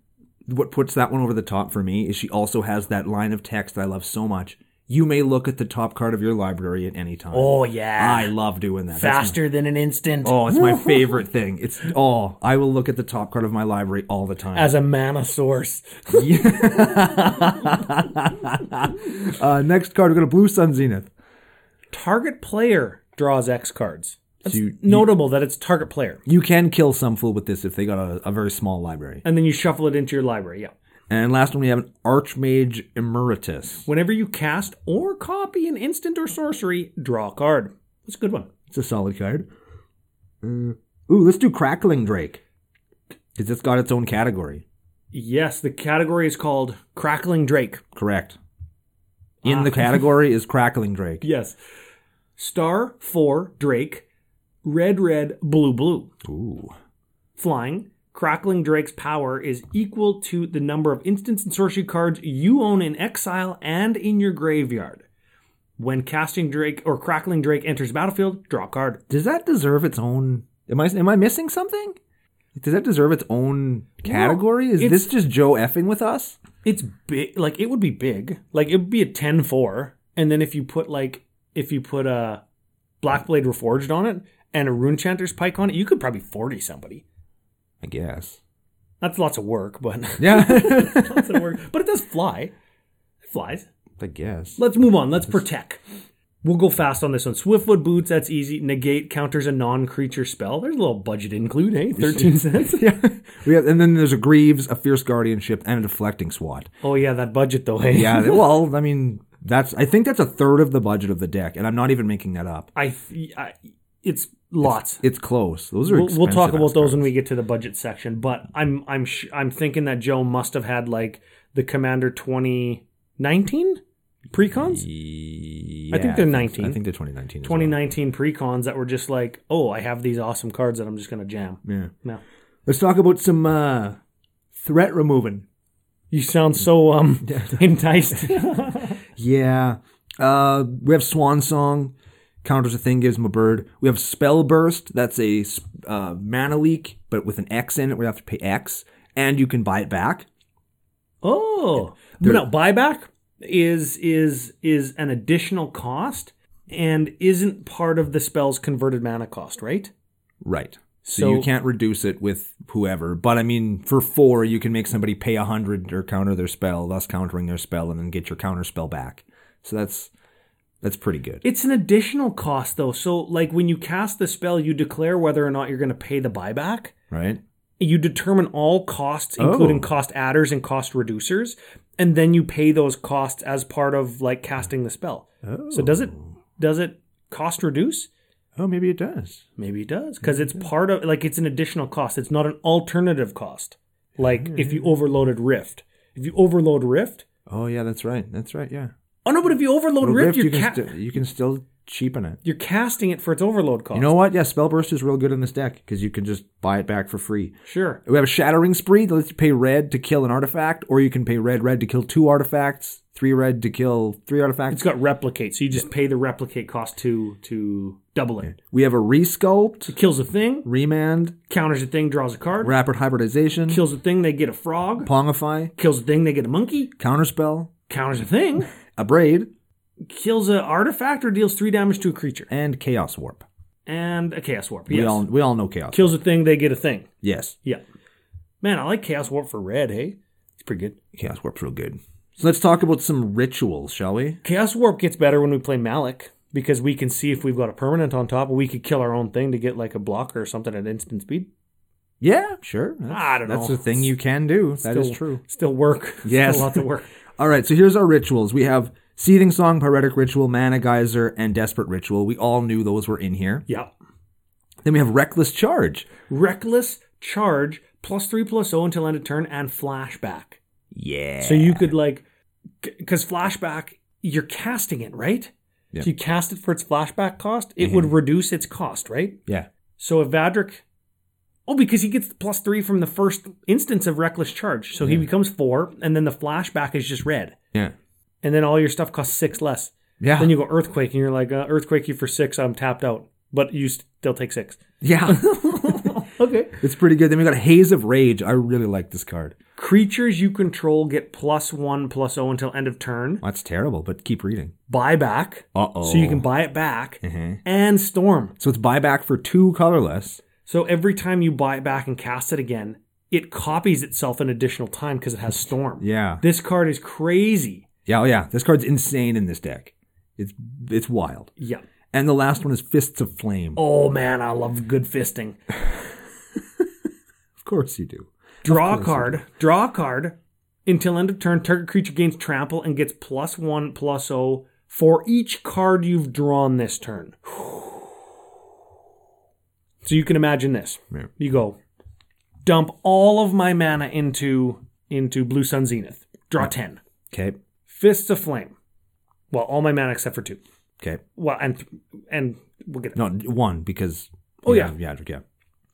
Speaker 1: what puts that one over the top for me is she also has that line of text that I love so much. You may look at the top card of your library at any time.
Speaker 2: Oh, yeah.
Speaker 1: I love doing that. That's
Speaker 2: Faster than an instant.
Speaker 1: my- oh, it's
Speaker 2: (laughs)
Speaker 1: my favorite thing. It's oh, I will look at the top card of my library all the time.
Speaker 2: as a mana source.
Speaker 1: uh, next card, we're gonna Blue Sun Zenith.
Speaker 2: Target player draws X cards.
Speaker 1: So you,
Speaker 2: Notable that it's target player.
Speaker 1: you can kill some fool with this if they got a, a very small library.
Speaker 2: And then you shuffle it into your library. Yeah.
Speaker 1: And last one, we have an Archmage Emeritus.
Speaker 2: Whenever you cast or copy an instant or sorcery, draw a card. That's a good one.
Speaker 1: It's a solid card. Uh, ooh, let's do Crackling Drake. Because it's got its own category.
Speaker 2: Yes, the category is called Crackling Drake.
Speaker 1: Correct. In the category is Crackling Drake.
Speaker 2: Yes. Star 4 Drake, red, red, blue, blue.
Speaker 1: Ooh.
Speaker 2: Flying, Crackling Drake's power is equal to the number of instants and sorcery cards you own in exile and in your graveyard. When casting Drake or Crackling Drake enters battlefield, draw a card.
Speaker 1: Does that deserve its own? Am I am I missing something? Does that deserve its own category? Is
Speaker 2: it's-
Speaker 1: this just Joe effing with us?
Speaker 2: It's big. Like it would be big. Like it would be a 10-4. And then if you put like if you put a Blackblade Reforged on it and a Rune Chanter's Pike on it, you could probably 40 somebody.
Speaker 1: I guess.
Speaker 2: That's lots of work, but (laughs)
Speaker 1: Yeah.
Speaker 2: lots of work. But it does fly. It flies.
Speaker 1: (laughs) I guess.
Speaker 2: Let's move on. Let's protect. We'll go fast on this one. Swiftwood boots. That's easy. Negate counters a non-creature spell. There's a little budget include. Hey, thirteen cents. (laughs)
Speaker 1: Yeah. (laughs) We have, and then there's a Greaves, a Fierce Guardianship, and a Deflecting Swat.
Speaker 2: Oh yeah, that budget though. Hey. (laughs)
Speaker 1: Yeah. well, I mean, that's. I think that's a third of the budget of the deck, and I'm not even making that up.
Speaker 2: I, I. It's lots.
Speaker 1: It's close. Those are.
Speaker 2: We'll, we'll talk
Speaker 1: expensive
Speaker 2: about
Speaker 1: ass
Speaker 2: those when
Speaker 1: cards.
Speaker 2: we get to the budget section. But I'm I'm sh- I'm thinking that Joe must have had like the Commander 2019 precons,
Speaker 1: Yeah,
Speaker 2: I think they're 19.
Speaker 1: I think they're 2019. as well.
Speaker 2: 2019 precons that were just like, oh, I have these awesome cards that I'm just gonna jam.
Speaker 1: Yeah.
Speaker 2: No,
Speaker 1: Let's talk about some uh, threat removing.
Speaker 2: you sound so
Speaker 1: (laughs)
Speaker 2: um enticed.
Speaker 1: Yeah. Uh, we have Swan Song. Counters a thing, gives him a bird. We have Spell Burst. That's a s- uh, mana leak, but with an X in it. We have to pay X, and you can buy it back.
Speaker 2: Oh, no, buyback is is is an additional cost and isn't part of the spell's converted mana cost, right?
Speaker 1: Right. So, you
Speaker 2: So-
Speaker 1: can't reduce it with whoever. But I mean, for four, you can make somebody pay a hundred or counter their spell, thus countering their spell, and then get your counter spell back. So that's that's pretty good.
Speaker 2: It's an additional cost though. So like when you cast the spell, you declare whether or not you're going to pay the buyback.
Speaker 1: right?
Speaker 2: You determine all costs including
Speaker 1: Oh.
Speaker 2: cost adders and cost reducers and then you pay those costs as part of like casting the spell. So does it does it cost reduce?
Speaker 1: Oh, maybe Oh. it does.
Speaker 2: Maybe it does because it's
Speaker 1: Mm-hmm.
Speaker 2: part of like it's an additional cost. It's not an alternative cost. Like if
Speaker 1: Mm-hmm.
Speaker 2: you overloaded Rift, if you overload Rift.
Speaker 1: Oh yeah, that's right. That's right. Yeah.
Speaker 2: Oh no, but if you overload
Speaker 1: Well,
Speaker 2: Rift,
Speaker 1: Rift, you
Speaker 2: you're
Speaker 1: can
Speaker 2: ca-
Speaker 1: sti- you can still cheapen it.
Speaker 2: you're casting it for its overload cost.
Speaker 1: You know what? Yeah, Spellburst is real good in this deck because you can just buy it back for free.
Speaker 2: sure.
Speaker 1: We have a Shattering Spree that lets you pay red to kill an artifact, or you can pay red red to kill two artifacts, three red to kill three artifacts.
Speaker 2: It's got replicate, so you just pay the replicate cost to to double it.
Speaker 1: we have a Resculpt,
Speaker 2: Kills a thing,
Speaker 1: Remand,
Speaker 2: counters a thing, draws a card.
Speaker 1: Rapid Hybridization,
Speaker 2: Kills a thing, they get a frog.
Speaker 1: Pongify,
Speaker 2: Kills a thing, they get a monkey.
Speaker 1: Counterspell,
Speaker 2: Counters a thing,
Speaker 1: Abrade,
Speaker 2: kills an artifact or deals three damage to a creature,
Speaker 1: and Chaos Warp.
Speaker 2: and a chaos warp.
Speaker 1: We
Speaker 2: Yes.
Speaker 1: all we all know Chaos.
Speaker 2: Kills a thing, they get a thing.
Speaker 1: yes,
Speaker 2: Yeah. Man, I like Chaos Warp for red, hey? It's pretty good.
Speaker 1: Chaos Warp's real good. So let's talk about some rituals, shall we?
Speaker 2: Chaos Warp gets better when we play Malik because we can see if we've got a permanent on top. We could kill our own thing to get like a blocker or something at instant speed.
Speaker 1: Yeah, sure. That's,
Speaker 2: I don't
Speaker 1: That's
Speaker 2: know.
Speaker 1: a thing you can do. That is
Speaker 2: Still-
Speaker 1: true.
Speaker 2: Still work. (laughs)
Speaker 1: Yes.
Speaker 2: Still lots of work.
Speaker 1: (laughs) All right, so here's our rituals. We have Seething Song, Pyretic Ritual, Mana Geyser, and Desperate Ritual. We all knew those were in here.
Speaker 2: yeah.
Speaker 1: Then we have Reckless Charge.
Speaker 2: Reckless Charge plus three plus zero until end of turn and flashback.
Speaker 1: Yeah.
Speaker 2: So you could like, because flashback, you're casting it, right?
Speaker 1: Yeah. Mm-hmm.
Speaker 2: So you cast it for its flashback cost, it would reduce its cost, right?
Speaker 1: yeah.
Speaker 2: So if Vadric, oh, because he gets plus three from the first instance of Reckless Charge, so he becomes four, and then the flashback is just red,
Speaker 1: Yeah.
Speaker 2: and then all your stuff costs six less.
Speaker 1: Yeah.
Speaker 2: Then you go Earthquake, and you're like, uh, Earthquake you for six, I'm tapped out, but you still take six.
Speaker 1: (laughs) yeah. (laughs)
Speaker 2: Okay.
Speaker 1: it's pretty good. Then we got Haze of Rage. I really like this card.
Speaker 2: Creatures you control get plus one, plus zero until end of turn.
Speaker 1: Well, that's terrible, but keep reading.
Speaker 2: Buyback,
Speaker 1: Uh-oh. Mm-hmm.
Speaker 2: so you can buy it back, and Storm.
Speaker 1: So it's buyback for two colorless.
Speaker 2: So every time you buy it back and cast it again, it copies itself an additional time because it has Storm.
Speaker 1: Yeah.
Speaker 2: This card is crazy.
Speaker 1: Yeah, oh yeah. This card's insane in this deck. It's it's wild.
Speaker 2: Yeah.
Speaker 1: And the last one is Fists of Flame.
Speaker 2: Oh man, I love good fisting.
Speaker 1: Of course you do.
Speaker 2: Draw a card. Draw a card until end of turn. Target creature gains trample and gets plus one plus O for each card you've drawn this turn. So you can imagine this.
Speaker 1: Yeah.
Speaker 2: You go dump all of my mana into into Blue Sun Zenith. Draw ten.
Speaker 1: Okay.
Speaker 2: Fists of Flame. Well, all my mana except for two.
Speaker 1: Okay.
Speaker 2: Well, and and we'll get it.
Speaker 1: No, one, because.
Speaker 2: Oh,
Speaker 1: you
Speaker 2: yeah.
Speaker 1: have Yadric, yeah.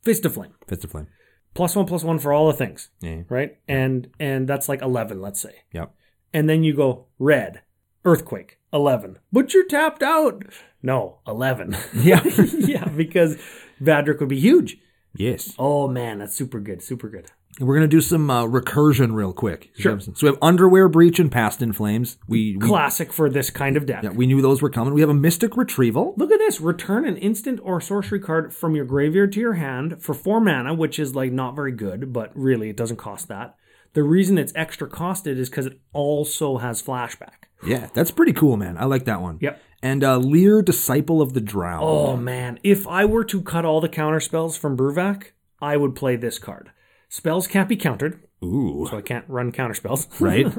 Speaker 2: Fist of Flame.
Speaker 1: Fists of Flame.
Speaker 2: Plus one plus one for all the things.
Speaker 1: Yeah.
Speaker 2: right? And and that's like eleven, let's say.
Speaker 1: Yep. (laughs)
Speaker 2: And then you go red, earthquake, eleven. But you're tapped out. No, eleven. (laughs)
Speaker 1: Yeah.
Speaker 2: yeah, because Vadric would be huge.
Speaker 1: yes.
Speaker 2: Oh man, that's super good, super good.
Speaker 1: We're going to do some uh, recursion real quick.
Speaker 2: Sure.
Speaker 1: So we have Underwear Breach and Past in Flames. We, we,
Speaker 2: Classic for this kind of deck.
Speaker 1: yeah, we knew those were coming. We have a Mystic Retrieval.
Speaker 2: Look at this. Return an instant or sorcery card from your graveyard to your hand for four mana, which is like not very good, but really it doesn't cost that. The reason it's extra costed is because it also has flashback.
Speaker 1: Yeah, that's pretty cool, man. I like that one.
Speaker 2: Yep.
Speaker 1: And uh, Lear, Disciple of the Drow.
Speaker 2: Oh man, if I were to cut all the counter spells from Bruvac, I would play this card. Spells can't be countered,
Speaker 1: Ooh.
Speaker 2: so I can't run counter spells.
Speaker 1: Right?
Speaker 2: (laughs)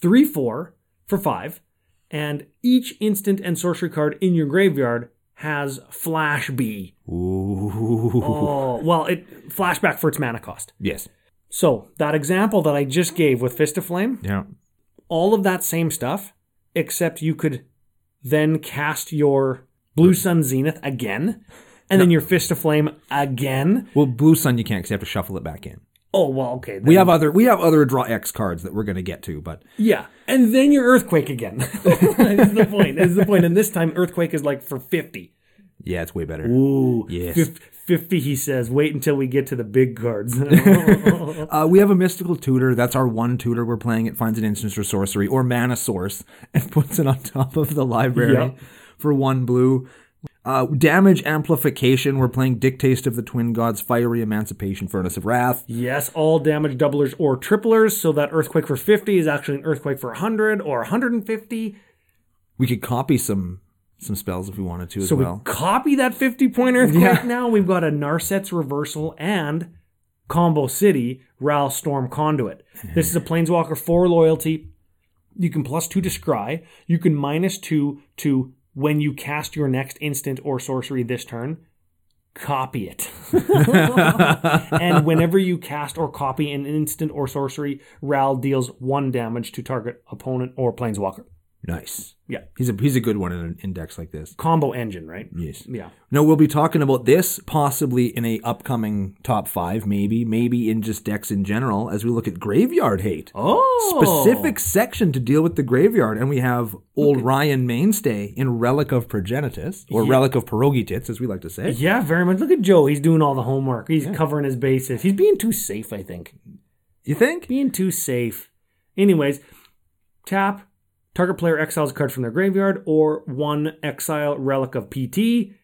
Speaker 2: Three, four for five, and each instant and sorcery card in your graveyard has Flash B.
Speaker 1: Ooh.
Speaker 2: Oh, well, it flashback for its mana cost.
Speaker 1: Yes.
Speaker 2: So that example that I just gave with Fist of Flame,
Speaker 1: Yeah.
Speaker 2: all of that same stuff, except you could then cast your Blue Sun Zenith again, and then your Fist of Flame again.
Speaker 1: Well, Blue Sun you can't because you have to shuffle it back in.
Speaker 2: Oh well, okay. Then,
Speaker 1: We have other we have other draw X cards that we're gonna get to, but
Speaker 2: yeah, and then your Earthquake again. (laughs) is the point. Is the point. And this time Earthquake is like for fifty.
Speaker 1: yeah, it's way better.
Speaker 2: Ooh,
Speaker 1: Yes.
Speaker 2: fif- Fifty, he says. Wait until we get to the big cards.
Speaker 1: Uh, we have a mystical tutor. That's our one tutor we're playing. It finds an instance or sorcery or mana source (laughs) and puts it on top of the library
Speaker 2: Yep.
Speaker 1: for one blue. Uh, damage amplification. We're playing Dictaste of the Twin Gods, Fiery Emancipation, Furnace of Wrath.
Speaker 2: (laughs) yes, all damage doublers or triplers. So that Earthquake for fifty is actually an Earthquake for hundred or hundred and fifty.
Speaker 1: We could copy some some spells if we wanted to as
Speaker 2: So
Speaker 1: well.
Speaker 2: we copy that 50 point earthquake
Speaker 1: Yeah.
Speaker 2: now. We've got a Narset's reversal and Combo City, Ral Storm Conduit. This is a Planeswalker 4 loyalty. You can plus 2 to scry. You can minus 2 to when you cast your next instant or sorcery this turn.
Speaker 1: (laughs)
Speaker 2: Copy it. and whenever you cast or copy an instant or sorcery, Ral deals 1 damage to target opponent or Planeswalker.
Speaker 1: Nice.
Speaker 2: Yeah.
Speaker 1: He's a he's a good one in an index like this.
Speaker 2: Combo engine, right?
Speaker 1: Yes.
Speaker 2: Yeah.
Speaker 1: No, we'll be talking about this possibly in a upcoming top five, maybe, maybe in just decks in general, as we look at graveyard hate.
Speaker 2: Oh.
Speaker 1: Specific section to deal with the graveyard, and we have old Ryan Mainstay in Relic of Progenitus, or Relic of Pierogitis, as we like to say.
Speaker 2: Yeah, very much. Look at Joe. He's doing all the homework. He's covering his bases. He's being too safe, I think.
Speaker 1: You think?
Speaker 2: Being too safe. Anyways, tap. Target player exiles a card from their graveyard or one exile relic of PT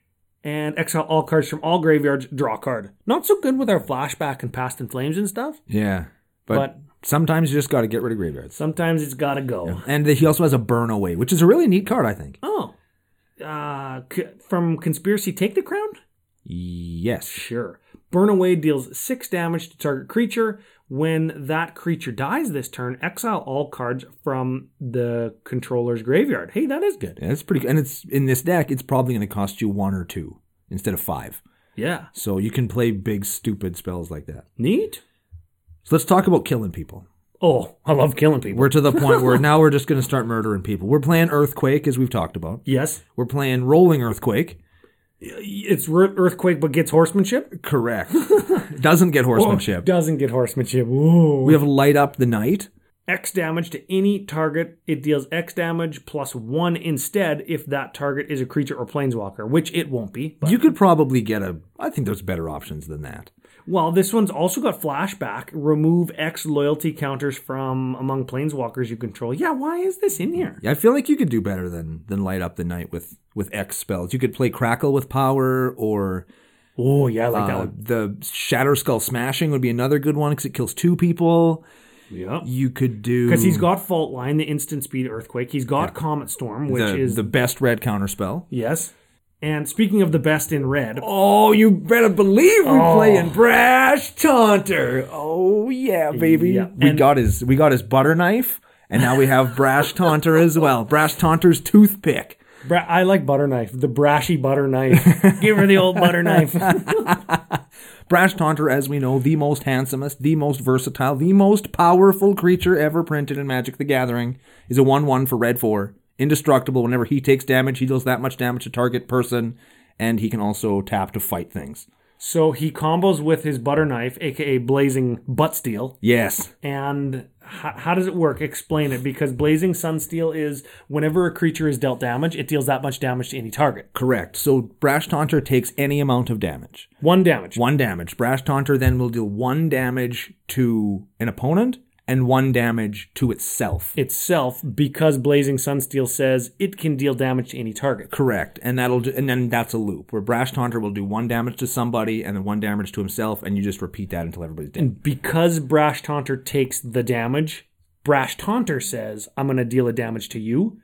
Speaker 2: and exile all cards from all graveyards, draw a card. Not so good with our flashback and past and flames and stuff,
Speaker 1: Yeah. But,
Speaker 2: but
Speaker 1: sometimes you just got to get rid of graveyards.
Speaker 2: sometimes it's got to go.
Speaker 1: And he also has a burn away, which is a really neat card, I think.
Speaker 2: Oh. Uh, c- from Conspiracy Take the Crown?
Speaker 1: Yes.
Speaker 2: Sure. Burn Away deals 6 damage to target creature. When that creature dies this turn, exile all cards from the controller's graveyard. Hey, that is good.
Speaker 1: Yeah, that's pretty And it's in this deck, it's probably going to cost you one or two instead of five.
Speaker 2: Yeah.
Speaker 1: So you can play big, stupid spells like that.
Speaker 2: Neat.
Speaker 1: So let's talk about killing people.
Speaker 2: Oh, I love killing people.
Speaker 1: We're to the point where now we're just going to start murdering people. We're playing Earthquake, as we've talked about.
Speaker 2: yes.
Speaker 1: We're playing Rolling Earthquake.
Speaker 2: It's re- Earthquake but gets horsemanship?
Speaker 1: Correct. (laughs) Doesn't get
Speaker 2: Oh,
Speaker 1: horsemanship.
Speaker 2: doesn't get horsemanship. Whoa.
Speaker 1: We have Light Up the Night.
Speaker 2: X damage to any target. It deals X damage plus 1 instead if that target is a creature or planeswalker, which it won't be. But.
Speaker 1: You could probably get a. I think there's better options than that.
Speaker 2: Well, this one's also got flashback. Remove X loyalty counters from among planeswalkers you control. Yeah, why is this in here?
Speaker 1: Yeah, I feel like you could do better than than Light Up the Night with with X spells. You could play Crackle with power, or
Speaker 2: Oh, yeah, I like that
Speaker 1: uh,
Speaker 2: one.
Speaker 1: the Shatter Skull Smashing would be another good one because it kills two people.
Speaker 2: Yeah. Hmm.
Speaker 1: You could do
Speaker 2: Because he's got Fault Line, the instant speed earthquake. He's got Comet Storm, which
Speaker 1: the,
Speaker 2: is.
Speaker 1: the best red counter spell.
Speaker 2: yes. And speaking of the best in red,
Speaker 1: Oh, you better believe we
Speaker 2: Oh.
Speaker 1: playing Brash Taunter. Oh yeah, baby.
Speaker 2: Yeah.
Speaker 1: We
Speaker 2: And-
Speaker 1: got his we got his butter knife, and now we have Brash Taunter as well. Brash Taunter's toothpick.
Speaker 2: bra- I like butter knife, the brashy butter (laughs) knife. Give her the old butter knife. (laughs)
Speaker 1: Brash Taunter, as we know, the most handsomest, the most versatile, the most powerful creature ever printed in Magic the Gathering, is a 1 1 for red 4. Indestructible. Whenever he takes damage, he deals that much damage to target person, and he can also tap to fight things.
Speaker 2: so he combos with his butter knife, aka blazing butt steel.
Speaker 1: Yes.
Speaker 2: And how, how does it work? Explain it because blazing sunsteel is whenever a creature is dealt damage, it deals that much damage to any target.
Speaker 1: Correct. So Brash Taunter takes any amount of damage.
Speaker 2: One damage.
Speaker 1: One damage. Brash Taunter then will deal one damage to an opponent and one damage to itself.
Speaker 2: itself because Blazing Sunsteel says it can deal damage to any target.
Speaker 1: Correct, and that'll ju- and then that's a loop where Brash Taunter will do one damage to somebody and then one damage to himself, and you just repeat that until everybody's dead.
Speaker 2: Because Brash Taunter takes the damage, Brash Taunter says, I'm going to deal a damage to you.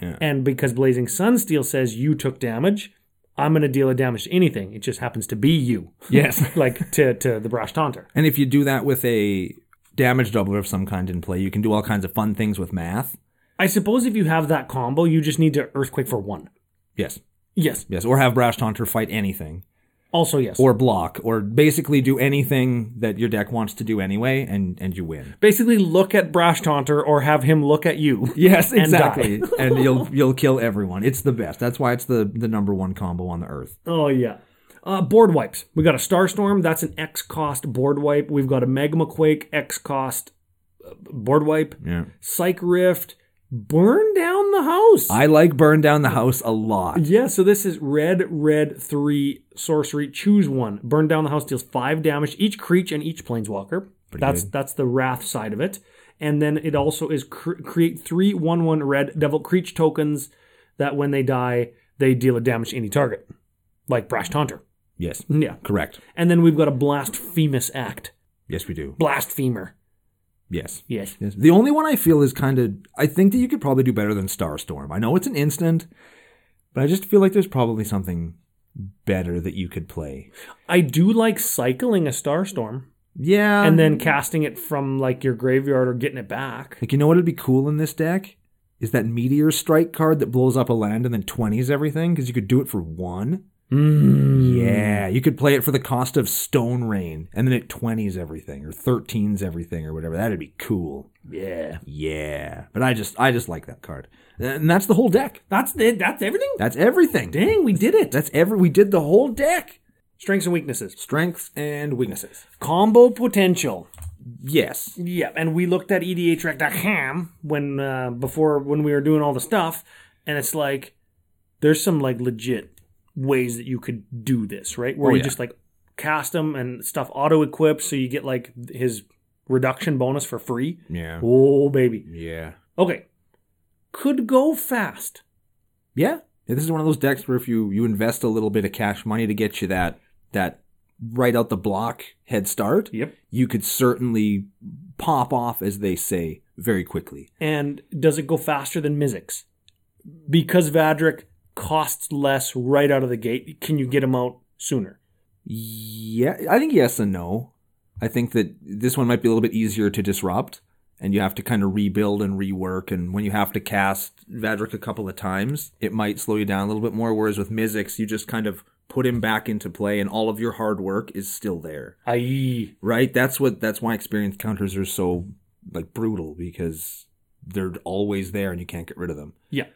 Speaker 1: Yeah.
Speaker 2: And because Blazing Sunsteel says you took damage, I'm going to deal a damage to anything. It just happens to be you.
Speaker 1: (laughs)
Speaker 2: (laughs)
Speaker 1: Yes,
Speaker 2: like to, to the Brash Taunter.
Speaker 1: and if you do that with a damage doubler of some kind in play, you can do all kinds of fun things with math.
Speaker 2: I suppose if you have that combo, you just need to Earthquake for one.
Speaker 1: Yes,
Speaker 2: Yes.
Speaker 1: yes, or have Brash Taunter fight anything,
Speaker 2: Also, yes.
Speaker 1: or block, or basically do anything that your deck wants to do anyway, and and you win.
Speaker 2: Basically, look at Brash Taunter or have him look at you. (laughs)
Speaker 1: Yes,
Speaker 2: die.
Speaker 1: exactly, (laughs) and, you'll you'll kill everyone. It's the best. That's why it's the the number one combo on the earth.
Speaker 2: Oh yeah. Uh, board wipes. We got a Starstorm. That's an X cost board wipe. We've got a Magma Quake X cost uh, board wipe.
Speaker 1: Yeah.
Speaker 2: Psych Rift. Burn down the house.
Speaker 1: I like burn down the house a lot.
Speaker 2: yeah. So this is red, red three sorcery. Choose one. Burn down the house deals five damage each creature and each planeswalker. that's that's the wrath side of it. And then it also is cr- create three one one red devil creature tokens that when they die they deal a damage to any target, like Brash Taunter.
Speaker 1: Yes,
Speaker 2: (laughs) Yeah.
Speaker 1: correct.
Speaker 2: And then we've got a blasphemous act.
Speaker 1: Yes, we do.
Speaker 2: Blasphemer.
Speaker 1: Yes.
Speaker 2: Yes.
Speaker 1: Yes. The only one I feel is kind of. I think that you could probably do better than Starstorm. I know it's an instant, but I just feel like there's probably something better that you could play.
Speaker 2: I do like cycling a Starstorm
Speaker 1: Yeah.
Speaker 2: and then casting it from like your graveyard or getting
Speaker 1: (laughs)
Speaker 2: it back.
Speaker 1: like you know what would be cool in this deck is that Meteor Strike card that blows up a land and then twenties everything because you could do it for one.
Speaker 2: Hmm.
Speaker 1: Yeah, you could play it for the cost of Stone Rain, and then it twenties everything or thirteens everything or whatever. That'd be cool.
Speaker 2: Yeah.
Speaker 1: Yeah, but I just I just like that card, and that's the whole deck.
Speaker 2: That's it. That's everything?
Speaker 1: That's everything.
Speaker 2: Dang, we did it.
Speaker 1: That's every we did the whole deck.
Speaker 2: Strengths and weaknesses.
Speaker 1: Strengths and weaknesses.
Speaker 2: Combo potential.
Speaker 1: Yes.
Speaker 2: Yeah, and we looked at E EDHREC.com when uh, before when we were doing all the stuff, and it's like there's some like legit ways that you could do this, right? Where
Speaker 1: Oh,
Speaker 2: you
Speaker 1: yeah.
Speaker 2: just like cast him and stuff auto equips, so you get like his reduction bonus for free.
Speaker 1: Yeah.
Speaker 2: Oh baby,
Speaker 1: Yeah.
Speaker 2: okay, could go fast.
Speaker 1: Yeah. Yeah, This is one of those decks where if you you invest a little bit of cash money to get you that that right out the block head start,
Speaker 2: Yep.
Speaker 1: you could certainly pop off as they say very quickly.
Speaker 2: And does it go faster than Mizzix? Because Vadric costs less right out of the gate. Can you get him out sooner?
Speaker 1: Yeah, I think yes and no. I think that this one might be a little bit easier to disrupt, and you have to kind of rebuild and rework. And when you have to cast Vadric a couple of times, it might slow you down a little bit more. Whereas with Mizzix, you just kind of put him back into play, and all of your hard work is still there,
Speaker 2: Aye.
Speaker 1: right? That's what. That's why experience counters are so like brutal because they're always there, and you can't get rid of them.
Speaker 2: Yeah.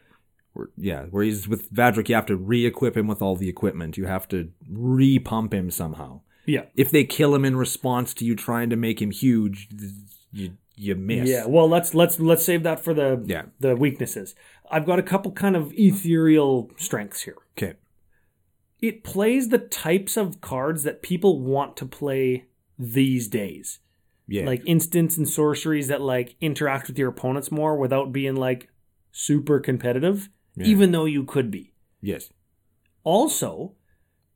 Speaker 1: Where- Yeah, whereas with Vadric, you have to re-equip him with all the equipment. You have to re-pump him somehow
Speaker 2: Yeah.
Speaker 1: if they kill him in response to you trying to make him huge, th- you you miss.
Speaker 2: Yeah, well, let's let's let's save that for the
Speaker 1: Yeah.
Speaker 2: the weaknesses. I've got a couple kind of ethereal strengths here.
Speaker 1: Okay.
Speaker 2: It plays the types of cards that people want to play these days.
Speaker 1: Yeah.
Speaker 2: Like instants and sorceries that like interact with your opponents more without being like super competitive,
Speaker 1: Yeah.
Speaker 2: even though you could be.
Speaker 1: yes.
Speaker 2: Also,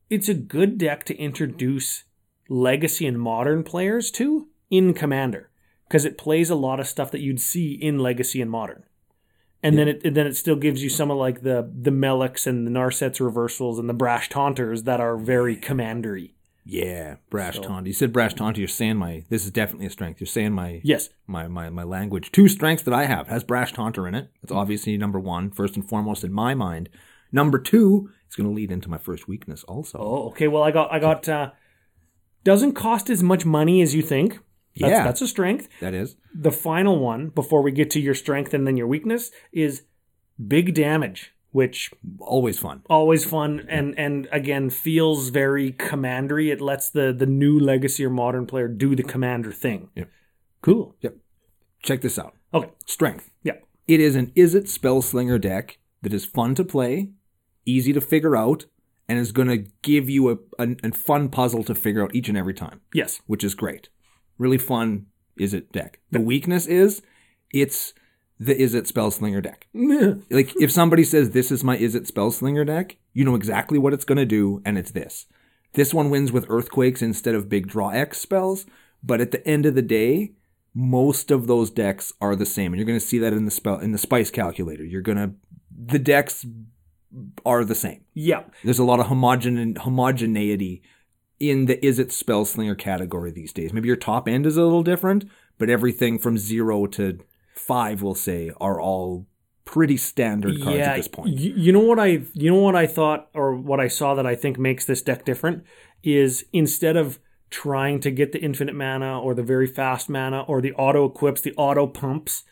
Speaker 2: it's a good deck to introduce legacy and modern players to in Commander because it plays a lot of stuff that you'd see in Legacy and Modern. and then it and then it still gives you some of like the the Melics and the Narset's reversals and the Brash Taunters that are very commandery.
Speaker 1: Yeah, brash taunt. You said brash taunt. You're saying my. This is definitely a strength. You're saying my.
Speaker 2: Yes,
Speaker 1: My, my my language. Two strengths that I have It has brash taunter in it. It's obviously number one, first and foremost in my mind. Number two, it's going to lead into my first weakness also.
Speaker 2: Oh, okay. Well, I got I got uh, doesn't cost as much money as you think. That's,
Speaker 1: Yeah.
Speaker 2: that's a strength.
Speaker 1: That is
Speaker 2: The final one before we get to your strength and then your weakness is big damage, which
Speaker 1: always fun.
Speaker 2: always fun and and again feels very commandery. It lets the the new legacy or modern player do the commander thing.
Speaker 1: Yep.
Speaker 2: Cool.
Speaker 1: Check this out.
Speaker 2: Okay.
Speaker 1: Strength.
Speaker 2: Yeah.
Speaker 1: It is an is it spellslinger deck that is fun to play, easy to figure out, and is going to give you a, a a fun puzzle to figure out each and every time.
Speaker 2: Yes. (laughs)
Speaker 1: which is great. Really fun is it deck. The weakness is it's the is it spellslinger deck. Like if somebody says this is my is it spellslinger deck, you know exactly what it's gonna do, and it's this. This one wins with earthquakes instead of big draw X spells, but at the end of the day, most of those decks are the same. And you're gonna see that in the spell in the spice calculator. You're gonna the decks are the same.
Speaker 2: Yeah.
Speaker 1: There's a lot of homogen homogeneity in the is it spellslinger category these days. Maybe your top end is a little different, but everything from zero to five, we'll say, are all pretty standard cards at this point.
Speaker 2: y- you know what I you know what I thought or what I saw that I think makes this deck different is instead of trying to get the infinite mana or the very fast mana or the auto equips, the auto pumps,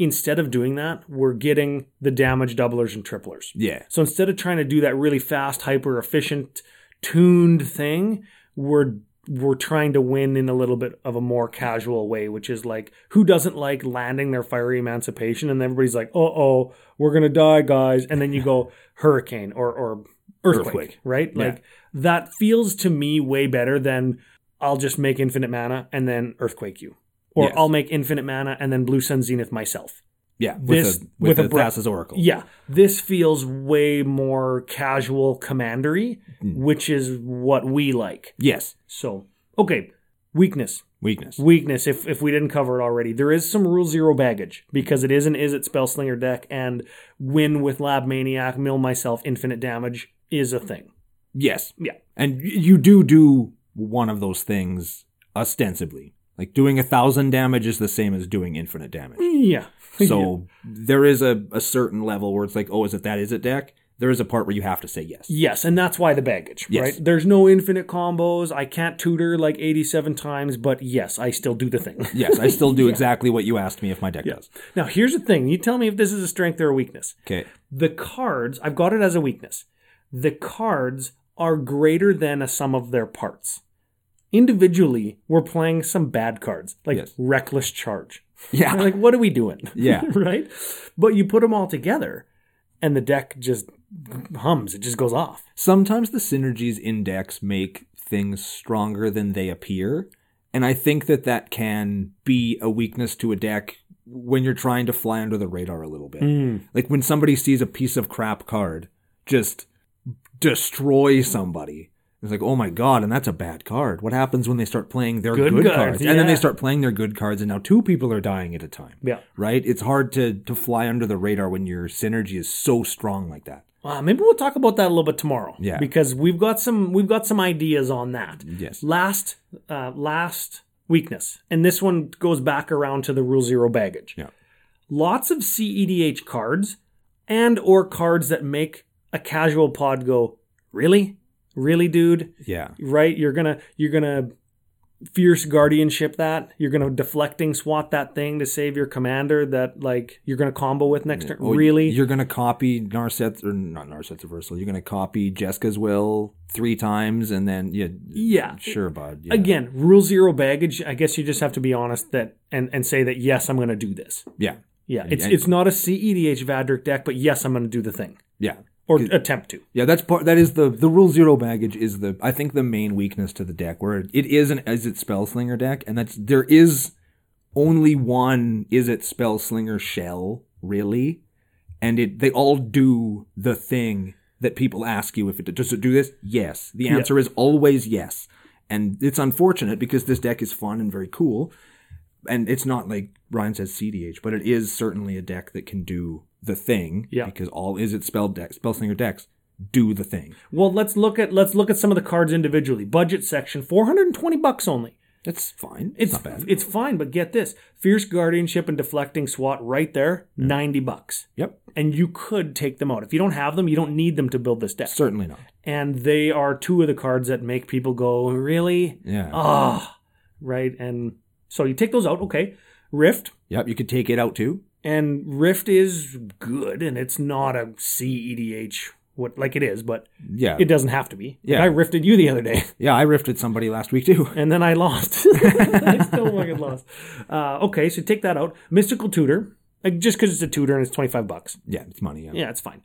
Speaker 2: instead of doing that, we're getting the damage doublers and triplers.
Speaker 1: yeah.
Speaker 2: So instead of trying to do that really fast, hyper efficient, tuned thing, we're we're trying to win in a little bit of a more casual way, which is like, who doesn't like landing their fiery emancipation? And everybody's like, uh oh, we're gonna die, guys. And then you go
Speaker 1: (laughs)
Speaker 2: hurricane or or earthquake,
Speaker 1: Earthquake.
Speaker 2: right?
Speaker 1: Yeah.
Speaker 2: Like that feels to me way better than I'll just make infinite mana and then earthquake you. Or
Speaker 1: Yes.
Speaker 2: I'll make infinite mana and then blue sun zenith myself.
Speaker 1: Yeah. With
Speaker 2: This-
Speaker 1: a with,
Speaker 2: with
Speaker 1: a
Speaker 2: a breath-
Speaker 1: Thassa's Oracle.
Speaker 2: Yeah, this feels way more casual commandery,
Speaker 1: Hmm.
Speaker 2: which is what we like.
Speaker 1: Yes.
Speaker 2: So, okay, weakness.
Speaker 1: Weakness.
Speaker 2: Weakness, if, if we didn't cover it already, there is some rule zero baggage because it is an is it spell slinger deck and win with lab maniac, mill myself, infinite damage is a thing.
Speaker 1: Yes.
Speaker 2: Yeah.
Speaker 1: And y- you do do one of those things ostensibly. Like doing a thousand damage is the same as doing infinite damage.
Speaker 2: (laughs) Yeah.
Speaker 1: So there is a, a certain level where it's like, oh, is it that? Is it deck? There is a part where you have to say yes.
Speaker 2: Yes, and that's why the baggage,
Speaker 1: Yes.
Speaker 2: right? There's no infinite combos. I can't tutor like 87 times, but yes, I still do the thing. (laughs)
Speaker 1: Yes, I still do exactly what you asked me if my deck does.
Speaker 2: Now, here's the thing. You tell me if this is a strength or a weakness.
Speaker 1: Okay.
Speaker 2: The cards, I've got it as a weakness. The cards are greater than a sum of their parts. Individually, we're playing some bad cards, like
Speaker 1: Yes.
Speaker 2: Reckless Charge. (laughs)
Speaker 1: Yeah.
Speaker 2: like, what are we doing?
Speaker 1: Yeah.
Speaker 2: (laughs) right? But you put them all together, and the deck just hums. It just goes off.
Speaker 1: Sometimes the synergies in decks make things stronger than they appear. And I think that that can be a weakness to a deck when you're trying to fly under the radar a little bit. Like when somebody sees a piece of crap card just destroy somebody. It's like, oh my god, and that's a bad card. What happens when they start playing their good,
Speaker 2: Good
Speaker 1: cards?
Speaker 2: cards,
Speaker 1: And then they
Speaker 2: yeah.
Speaker 1: start playing their good cards, and now two people are dying at a time.
Speaker 2: Yeah.
Speaker 1: Right? It's hard to to fly under the radar when your synergy is so strong like that.
Speaker 2: Uh, maybe we'll talk about that a little bit tomorrow.
Speaker 1: Yeah.
Speaker 2: Because we've got some we've got some ideas on that.
Speaker 1: Yes.
Speaker 2: Last uh, last weakness, and this one goes back around to the rule zero baggage.
Speaker 1: Yeah.
Speaker 2: Lots of CEDH cards, and or cards that make a casual pod go, really, really, dude,
Speaker 1: Yeah.
Speaker 2: right? You're gonna you're gonna fierce guardianship that. You're gonna deflecting swat that thing to save your commander that like you're gonna combo with next turn.
Speaker 1: Oh,
Speaker 2: really?
Speaker 1: You're gonna copy Narset's or not Narset's reversal. You're gonna copy Jessica's will three times, and then yeah,
Speaker 2: yeah.
Speaker 1: sure, bud. Yeah.
Speaker 2: again rule zero baggage i guess you just have to be honest that and and say that yes i'm going to do this
Speaker 1: yeah,
Speaker 2: yeah it's
Speaker 1: and-
Speaker 2: it's not a E cedh vadric deck but yes i'm going to do the thing
Speaker 1: yeah,
Speaker 2: or attempt to
Speaker 1: yeah. That's part. That is the the rule zero baggage is the I think the main weakness to the deck where it is an is it spellslinger deck, and that's there is only one is it spellslinger shell really, and it they all do the thing that people ask you if it does it do this. Yes, the answer is always yes. And it's unfortunate because this deck is fun and very cool, and it's not like Ryan says CDH, but it is certainly a deck that can do the thing.
Speaker 2: Yeah.
Speaker 1: Because all is it spelled deck, Spellslinger decks do the thing.
Speaker 2: Well, let's look at let's look at some of the cards individually. Budget section, 420 bucks only.
Speaker 1: That's fine.
Speaker 2: It's
Speaker 1: not bad.
Speaker 2: it's fine, but get this. Fierce guardianship and deflecting SWAT right there, 90 bucks.
Speaker 1: yep.
Speaker 2: And you could take them out. If you don't have them, you don't need them to build this deck.
Speaker 1: Certainly not.
Speaker 2: and they are two of the cards that make people go, "Really?"
Speaker 1: Yeah.
Speaker 2: Ah, right. And so you take those out, okay? Rift
Speaker 1: Yep. You could take it out too.
Speaker 2: and Rift is good, and it's not a CEDH what like it is, but
Speaker 1: Yeah.
Speaker 2: it doesn't have to be. Like,
Speaker 1: Yeah.
Speaker 2: I rifted you the other day, (laughs)
Speaker 1: yeah. I rifted somebody last week too. (laughs)
Speaker 2: and then I lost. (laughs) I still fucking lost. Uh, okay, so take that out. Mystical Tutor, like just because it's a tutor and it's twenty five bucks.
Speaker 1: yeah. It's money. Yeah.
Speaker 2: Yeah, it's fine.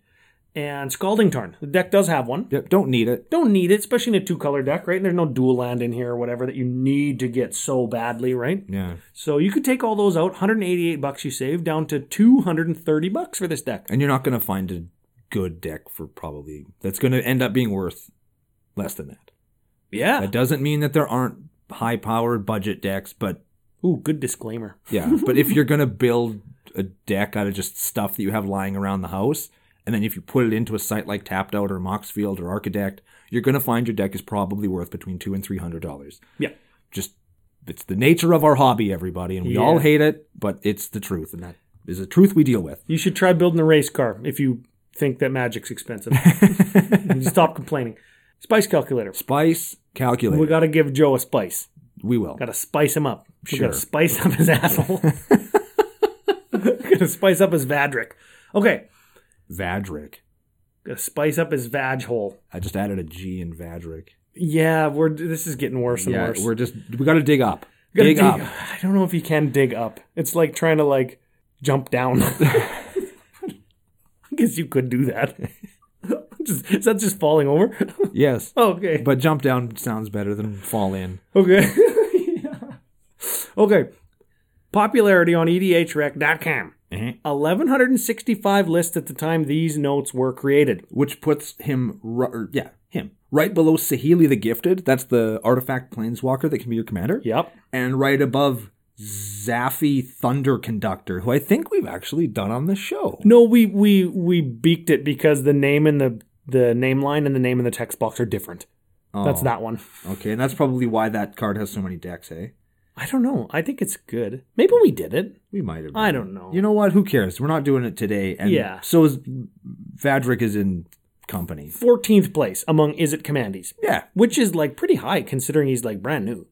Speaker 2: And Scalding Tarn, the deck does have one.
Speaker 1: Yep. Don't need it.
Speaker 2: don't need it, especially in a two color deck, right? And there's no dual land in here or whatever that you need to get so badly, right?
Speaker 1: Yeah.
Speaker 2: So you could take all those out, 188 bucks you save, down to 230 bucks for this deck.
Speaker 1: And you're not going to find a good deck for probably that's going to end up being worth less than that.
Speaker 2: Yeah.
Speaker 1: That doesn't mean that there aren't high powered budget decks, but
Speaker 2: Ooh, good disclaimer.
Speaker 1: yeah. but if you're going to build a deck out of just stuff that you have lying around the house, and then if you put it into a site like Tapped Out or Moxfield or Architect, you're going to find your deck is probably worth between two and three hundred dollars.
Speaker 2: Yeah.
Speaker 1: Just it's the nature of our hobby, everybody, and we all
Speaker 2: Yeah.
Speaker 1: hate it, but it's the truth, and that is the truth we deal with. (laughs)
Speaker 2: You should try building a race car if you think that magic's expensive. And Stop complaining. Spice calculator.
Speaker 1: Spice calculator.
Speaker 2: We got to give Joe a spice.
Speaker 1: we will.
Speaker 2: Got to spice him up. We
Speaker 1: Sure.
Speaker 2: got to spice up
Speaker 1: (laughs)
Speaker 2: his asshole. got to spice up his Vadric. Okay.
Speaker 1: Vadric.
Speaker 2: Got to spice up his Vag hole.
Speaker 1: I just added a G in Vadric.
Speaker 2: Yeah, we're this is getting worse and
Speaker 1: Yeah,
Speaker 2: worse.
Speaker 1: we're just we got to dig up.
Speaker 2: You gotta
Speaker 1: Dig, up.
Speaker 2: I don't know if you can dig up. It's like trying to like
Speaker 1: (laughs)
Speaker 2: jump down. I guess you could do that. (laughs) Just- is that just falling over?
Speaker 1: Yes.
Speaker 2: okay.
Speaker 1: But jump down sounds better than fall in.
Speaker 2: Okay. (laughs) Yeah. Okay. Popularity on E edhrec.com. Eleven hundred and sixty-five list at the time these notes were created.
Speaker 1: Which puts him, ru- or, yeah, him, right below Sahili the Gifted. That's the artifact planeswalker that can be your commander.
Speaker 2: Yep.
Speaker 1: And right above Zaffy Thunder Conductor, who I think we've actually done on the show.
Speaker 2: No, we we we beaked it because the name and the the name line and the name in the text box are different. That's that one.
Speaker 1: Oh, Okay, and that's probably why that card has so many decks, eh?
Speaker 2: I don't know. I think it's good. Maybe we did it.
Speaker 1: We might have.
Speaker 2: I don't know.
Speaker 1: You know what? Who cares? We're not doing it today. And
Speaker 2: Yeah.
Speaker 1: So is Vadric is in company.
Speaker 2: 14th place among Is It Commandees,
Speaker 1: Yeah.
Speaker 2: which is like pretty high considering he's like brand new.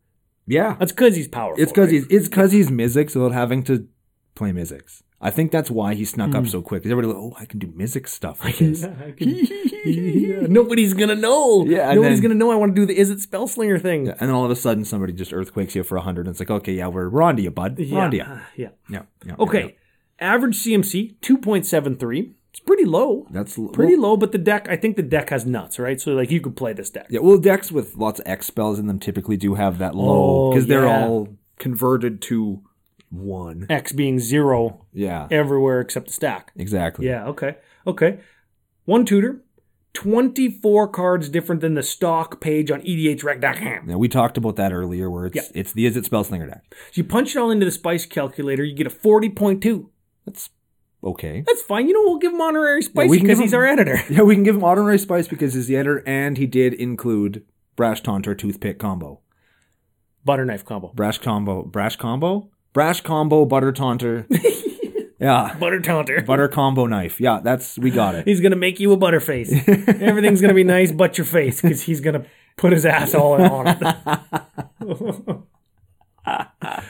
Speaker 1: Yeah.
Speaker 2: That's because he's powerful.
Speaker 1: It's because
Speaker 2: right?
Speaker 1: he's it's because he's Mizzix without having to play Mizzix. I think that's why he snuck
Speaker 2: Hmm.
Speaker 1: up so quick. 'Cause Everybody, like, oh, I can do Mizzix stuff.
Speaker 2: (laughs)
Speaker 1: With this.
Speaker 2: I can- Nobody's gonna know.
Speaker 1: Yeah, and
Speaker 2: Nobody's
Speaker 1: then-
Speaker 2: gonna know I want to do the Is It Spellslinger thing.
Speaker 1: And then all of a sudden, somebody just earthquakes you for hundred, and it's like, okay, yeah, we're, we're on to you, bud. We're on to you.
Speaker 2: Yeah. Uh, yeah.
Speaker 1: Yeah, yeah,
Speaker 2: Okay.
Speaker 1: yeah.
Speaker 2: Average CMC 2.73. It's pretty low.
Speaker 1: that's l-
Speaker 2: pretty
Speaker 1: Well,
Speaker 2: low, but the deck I think the deck has nuts, right? So like you could play this deck.
Speaker 1: yeah, well, decks with lots of X spells in them typically do have that low
Speaker 2: Oh,
Speaker 1: because they're
Speaker 2: yeah.
Speaker 1: all converted to one.
Speaker 2: X being zero
Speaker 1: Yeah,
Speaker 2: everywhere except the stack.
Speaker 1: exactly.
Speaker 2: Yeah, okay. Okay. One tutor, 24 cards different than the stock page on E edhrec.com.
Speaker 1: Now we talked about that earlier, where it's it's the is it spellslinger deck.
Speaker 2: So you punch it all into the spice calculator, you get a 40.2.
Speaker 1: That's okay.
Speaker 2: That's fine. You know, we'll give him honorary spice
Speaker 1: we can
Speaker 2: because
Speaker 1: give
Speaker 2: he's
Speaker 1: him-
Speaker 2: our editor.
Speaker 1: Yeah, we can give him honorary spice because he's the editor, and he did include brash taunter toothpick combo,
Speaker 2: Butter knife combo.
Speaker 1: brash combo, brash combo, brash combo butter taunter. yeah,
Speaker 2: (laughs) Butter taunter.
Speaker 1: butter combo knife. Yeah, that's we got it.
Speaker 2: He's going to make you a (laughs) butterface. Everything's going to be nice but your face because he's going to put his ass all in on it.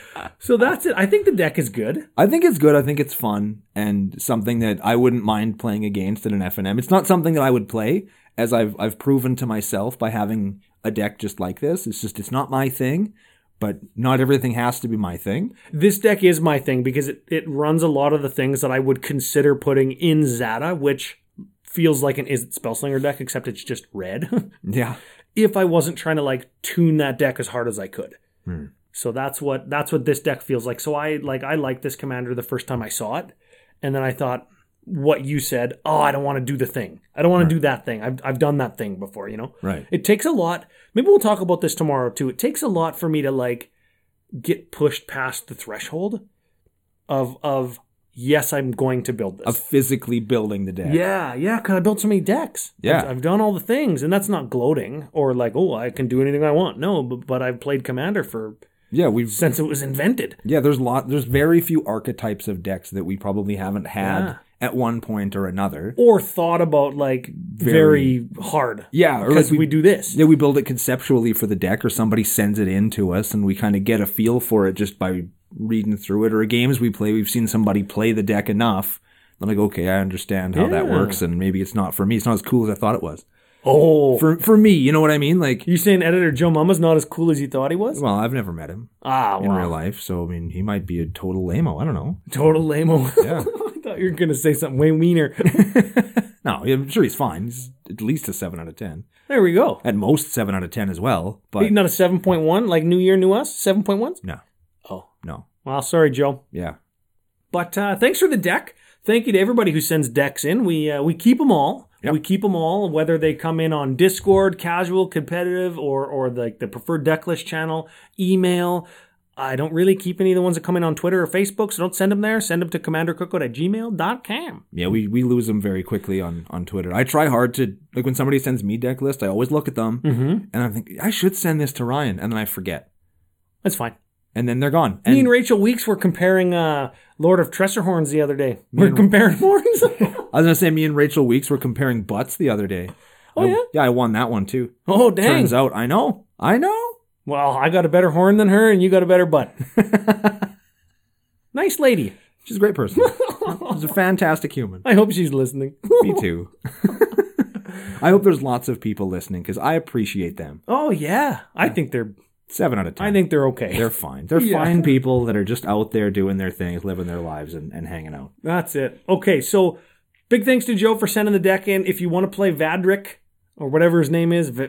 Speaker 2: (laughs) so that's it. I think the deck is good.
Speaker 1: I think it's good. I think it's fun and something that I wouldn't mind playing against in an FNM. It's not something that I would play, as I've I've proven to myself by having a deck just like this. It's just it's not my thing, but not everything has to be my thing.
Speaker 2: This deck is my thing because it, it runs a lot of the things that I would consider putting in Zata, which feels like an is it Spellslinger deck, except it's just red. (laughs)
Speaker 1: Yeah.
Speaker 2: if I wasn't trying to like tune that deck as hard as I could. So that's what that's what this deck feels like. So I like I liked this commander the first time I saw it, and then I thought what you said. Oh, I don't want to do the thing. I don't want to do that thing. I've I've done that thing before. You know.
Speaker 1: Right.
Speaker 2: It takes a lot. Maybe we'll talk about this tomorrow too. It takes a lot for me to like get pushed past the threshold of of yes, I'm going to build this.
Speaker 1: of physically building the deck.
Speaker 2: Yeah, yeah, because I built so many decks.
Speaker 1: Yeah.
Speaker 2: I've, I've done all the things, and that's not gloating or like, oh, I can do anything I want. No, but, but I've played Commander for
Speaker 1: yeah, we've
Speaker 2: since it was invented.
Speaker 1: Yeah, there's lot there's very few archetypes of decks that we probably haven't had
Speaker 2: Yeah.
Speaker 1: at one point or another.
Speaker 2: Or thought about like very, hard.
Speaker 1: Yeah, or like
Speaker 2: Because
Speaker 1: we,
Speaker 2: we, do this.
Speaker 1: yeah, we build it conceptually for the deck or somebody sends it in to us and we kind of get a feel for it just by reading through it or games we play, we've seen somebody play the deck enough. I'm like, okay, I understand how that
Speaker 2: Yeah.
Speaker 1: works and maybe it's not for me. It's not as cool as I thought it was.
Speaker 2: Oh.
Speaker 1: For for me, you know what I mean? Like
Speaker 2: you saying editor Joe Mama's not as cool as you thought he was?
Speaker 1: well, I've never met him
Speaker 2: ah,
Speaker 1: in
Speaker 2: wow.
Speaker 1: real life, so I mean, he might be a total lameo. I don't know.
Speaker 2: Total lame (laughs)
Speaker 1: Yeah.
Speaker 2: I thought you were going to say something way meaner. (laughs)
Speaker 1: No, I'm sure he's fine. He's at least a seven out of ten.
Speaker 2: there we go.
Speaker 1: at most seven out of ten as well. But
Speaker 2: Not a 7.1, like New Year, New Us? 7.1?
Speaker 1: no,
Speaker 2: Oh.
Speaker 1: no,
Speaker 2: Wow, sorry, Joe.
Speaker 1: yeah,
Speaker 2: But uh, thanks for the deck. Thank you to everybody who sends decks in. We uh, we keep them all.
Speaker 1: Yep.
Speaker 2: We keep them all, whether they come in on Discord, casual, competitive, or or like the preferred deck list channel, email. I don't really keep any of the ones that come in on Twitter or Facebook, so don't send them there. Send them to commandercookout at gmail.com.
Speaker 1: yeah. We we lose them very quickly on on Twitter. I try hard to like when somebody sends me deck list, I always look at them and I think I should send this to Ryan, and then I forget,
Speaker 2: That's fine.
Speaker 1: and then they're gone. And
Speaker 2: Me and Rachel Weeks were comparing uh, Lord of Tresser horns the other day. We're
Speaker 1: (laughs)
Speaker 2: comparing horns.
Speaker 1: I was gonna say me and Rachel Weeks were comparing butts the other day.
Speaker 2: Oh,
Speaker 1: I-
Speaker 2: yeah?
Speaker 1: yeah. I won that one too.
Speaker 2: oh dang!
Speaker 1: Turns out, I know, I know.
Speaker 2: Well, I got a better horn than her, and you got a better butt. (laughs) nice lady.
Speaker 1: She's a great
Speaker 2: (laughs)
Speaker 1: person. She's a fantastic human.
Speaker 2: I hope she's listening.
Speaker 1: Me too. (laughs) I hope there's lots of people listening because I appreciate them.
Speaker 2: (laughs) oh yeah, I think they're.
Speaker 1: Seven out of ten.
Speaker 2: I think they're okay.
Speaker 1: They're fine. They're
Speaker 2: Yeah.
Speaker 1: fine people that are just out there doing their things, living their lives, and, and hanging out.
Speaker 2: That's it. Okay, so big thanks to Joe for sending the deck in. If you want to play Vadric or whatever his name is, v-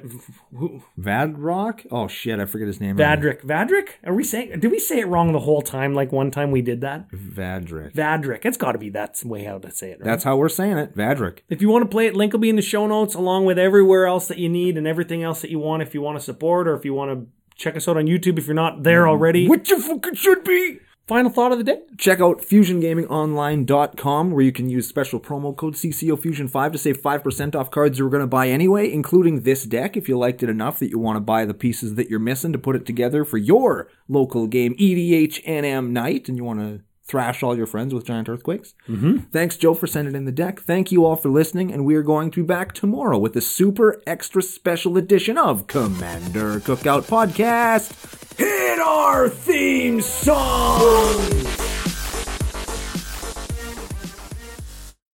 Speaker 2: v-
Speaker 1: Vadrock? Oh shit, I forget his name.
Speaker 2: Vadric, Vadric. Are we saying? Did we say it wrong the whole time? Like one time we did that.
Speaker 1: Vadrick.
Speaker 2: Vadric. It's got to be that's the way how to say it. Right?
Speaker 1: That's how we're saying it. Vadrick.
Speaker 2: If you want to play it, link will be in the show notes along with everywhere else that you need and everything else that you want if you want to support or if you want to check us out on YouTube if you're not there already.
Speaker 1: What you fucking should be.
Speaker 2: Final thought of the day?
Speaker 1: Check out fusiongamingonline.com where you can use special promo code CCOFusion5 to save 5% off cards you were going to buy anyway, including this deck if you liked it enough that you want to buy the pieces that you're missing to put it together for your local game EDHNM night and you want to thrash all your friends with giant earthquakes. Mm-hmm. Thanks, Joe, for sending in the deck. Thank you all for listening, and we are going to be back tomorrow with a super extra special edition of Commander Cookout Podcast. Hit our theme song!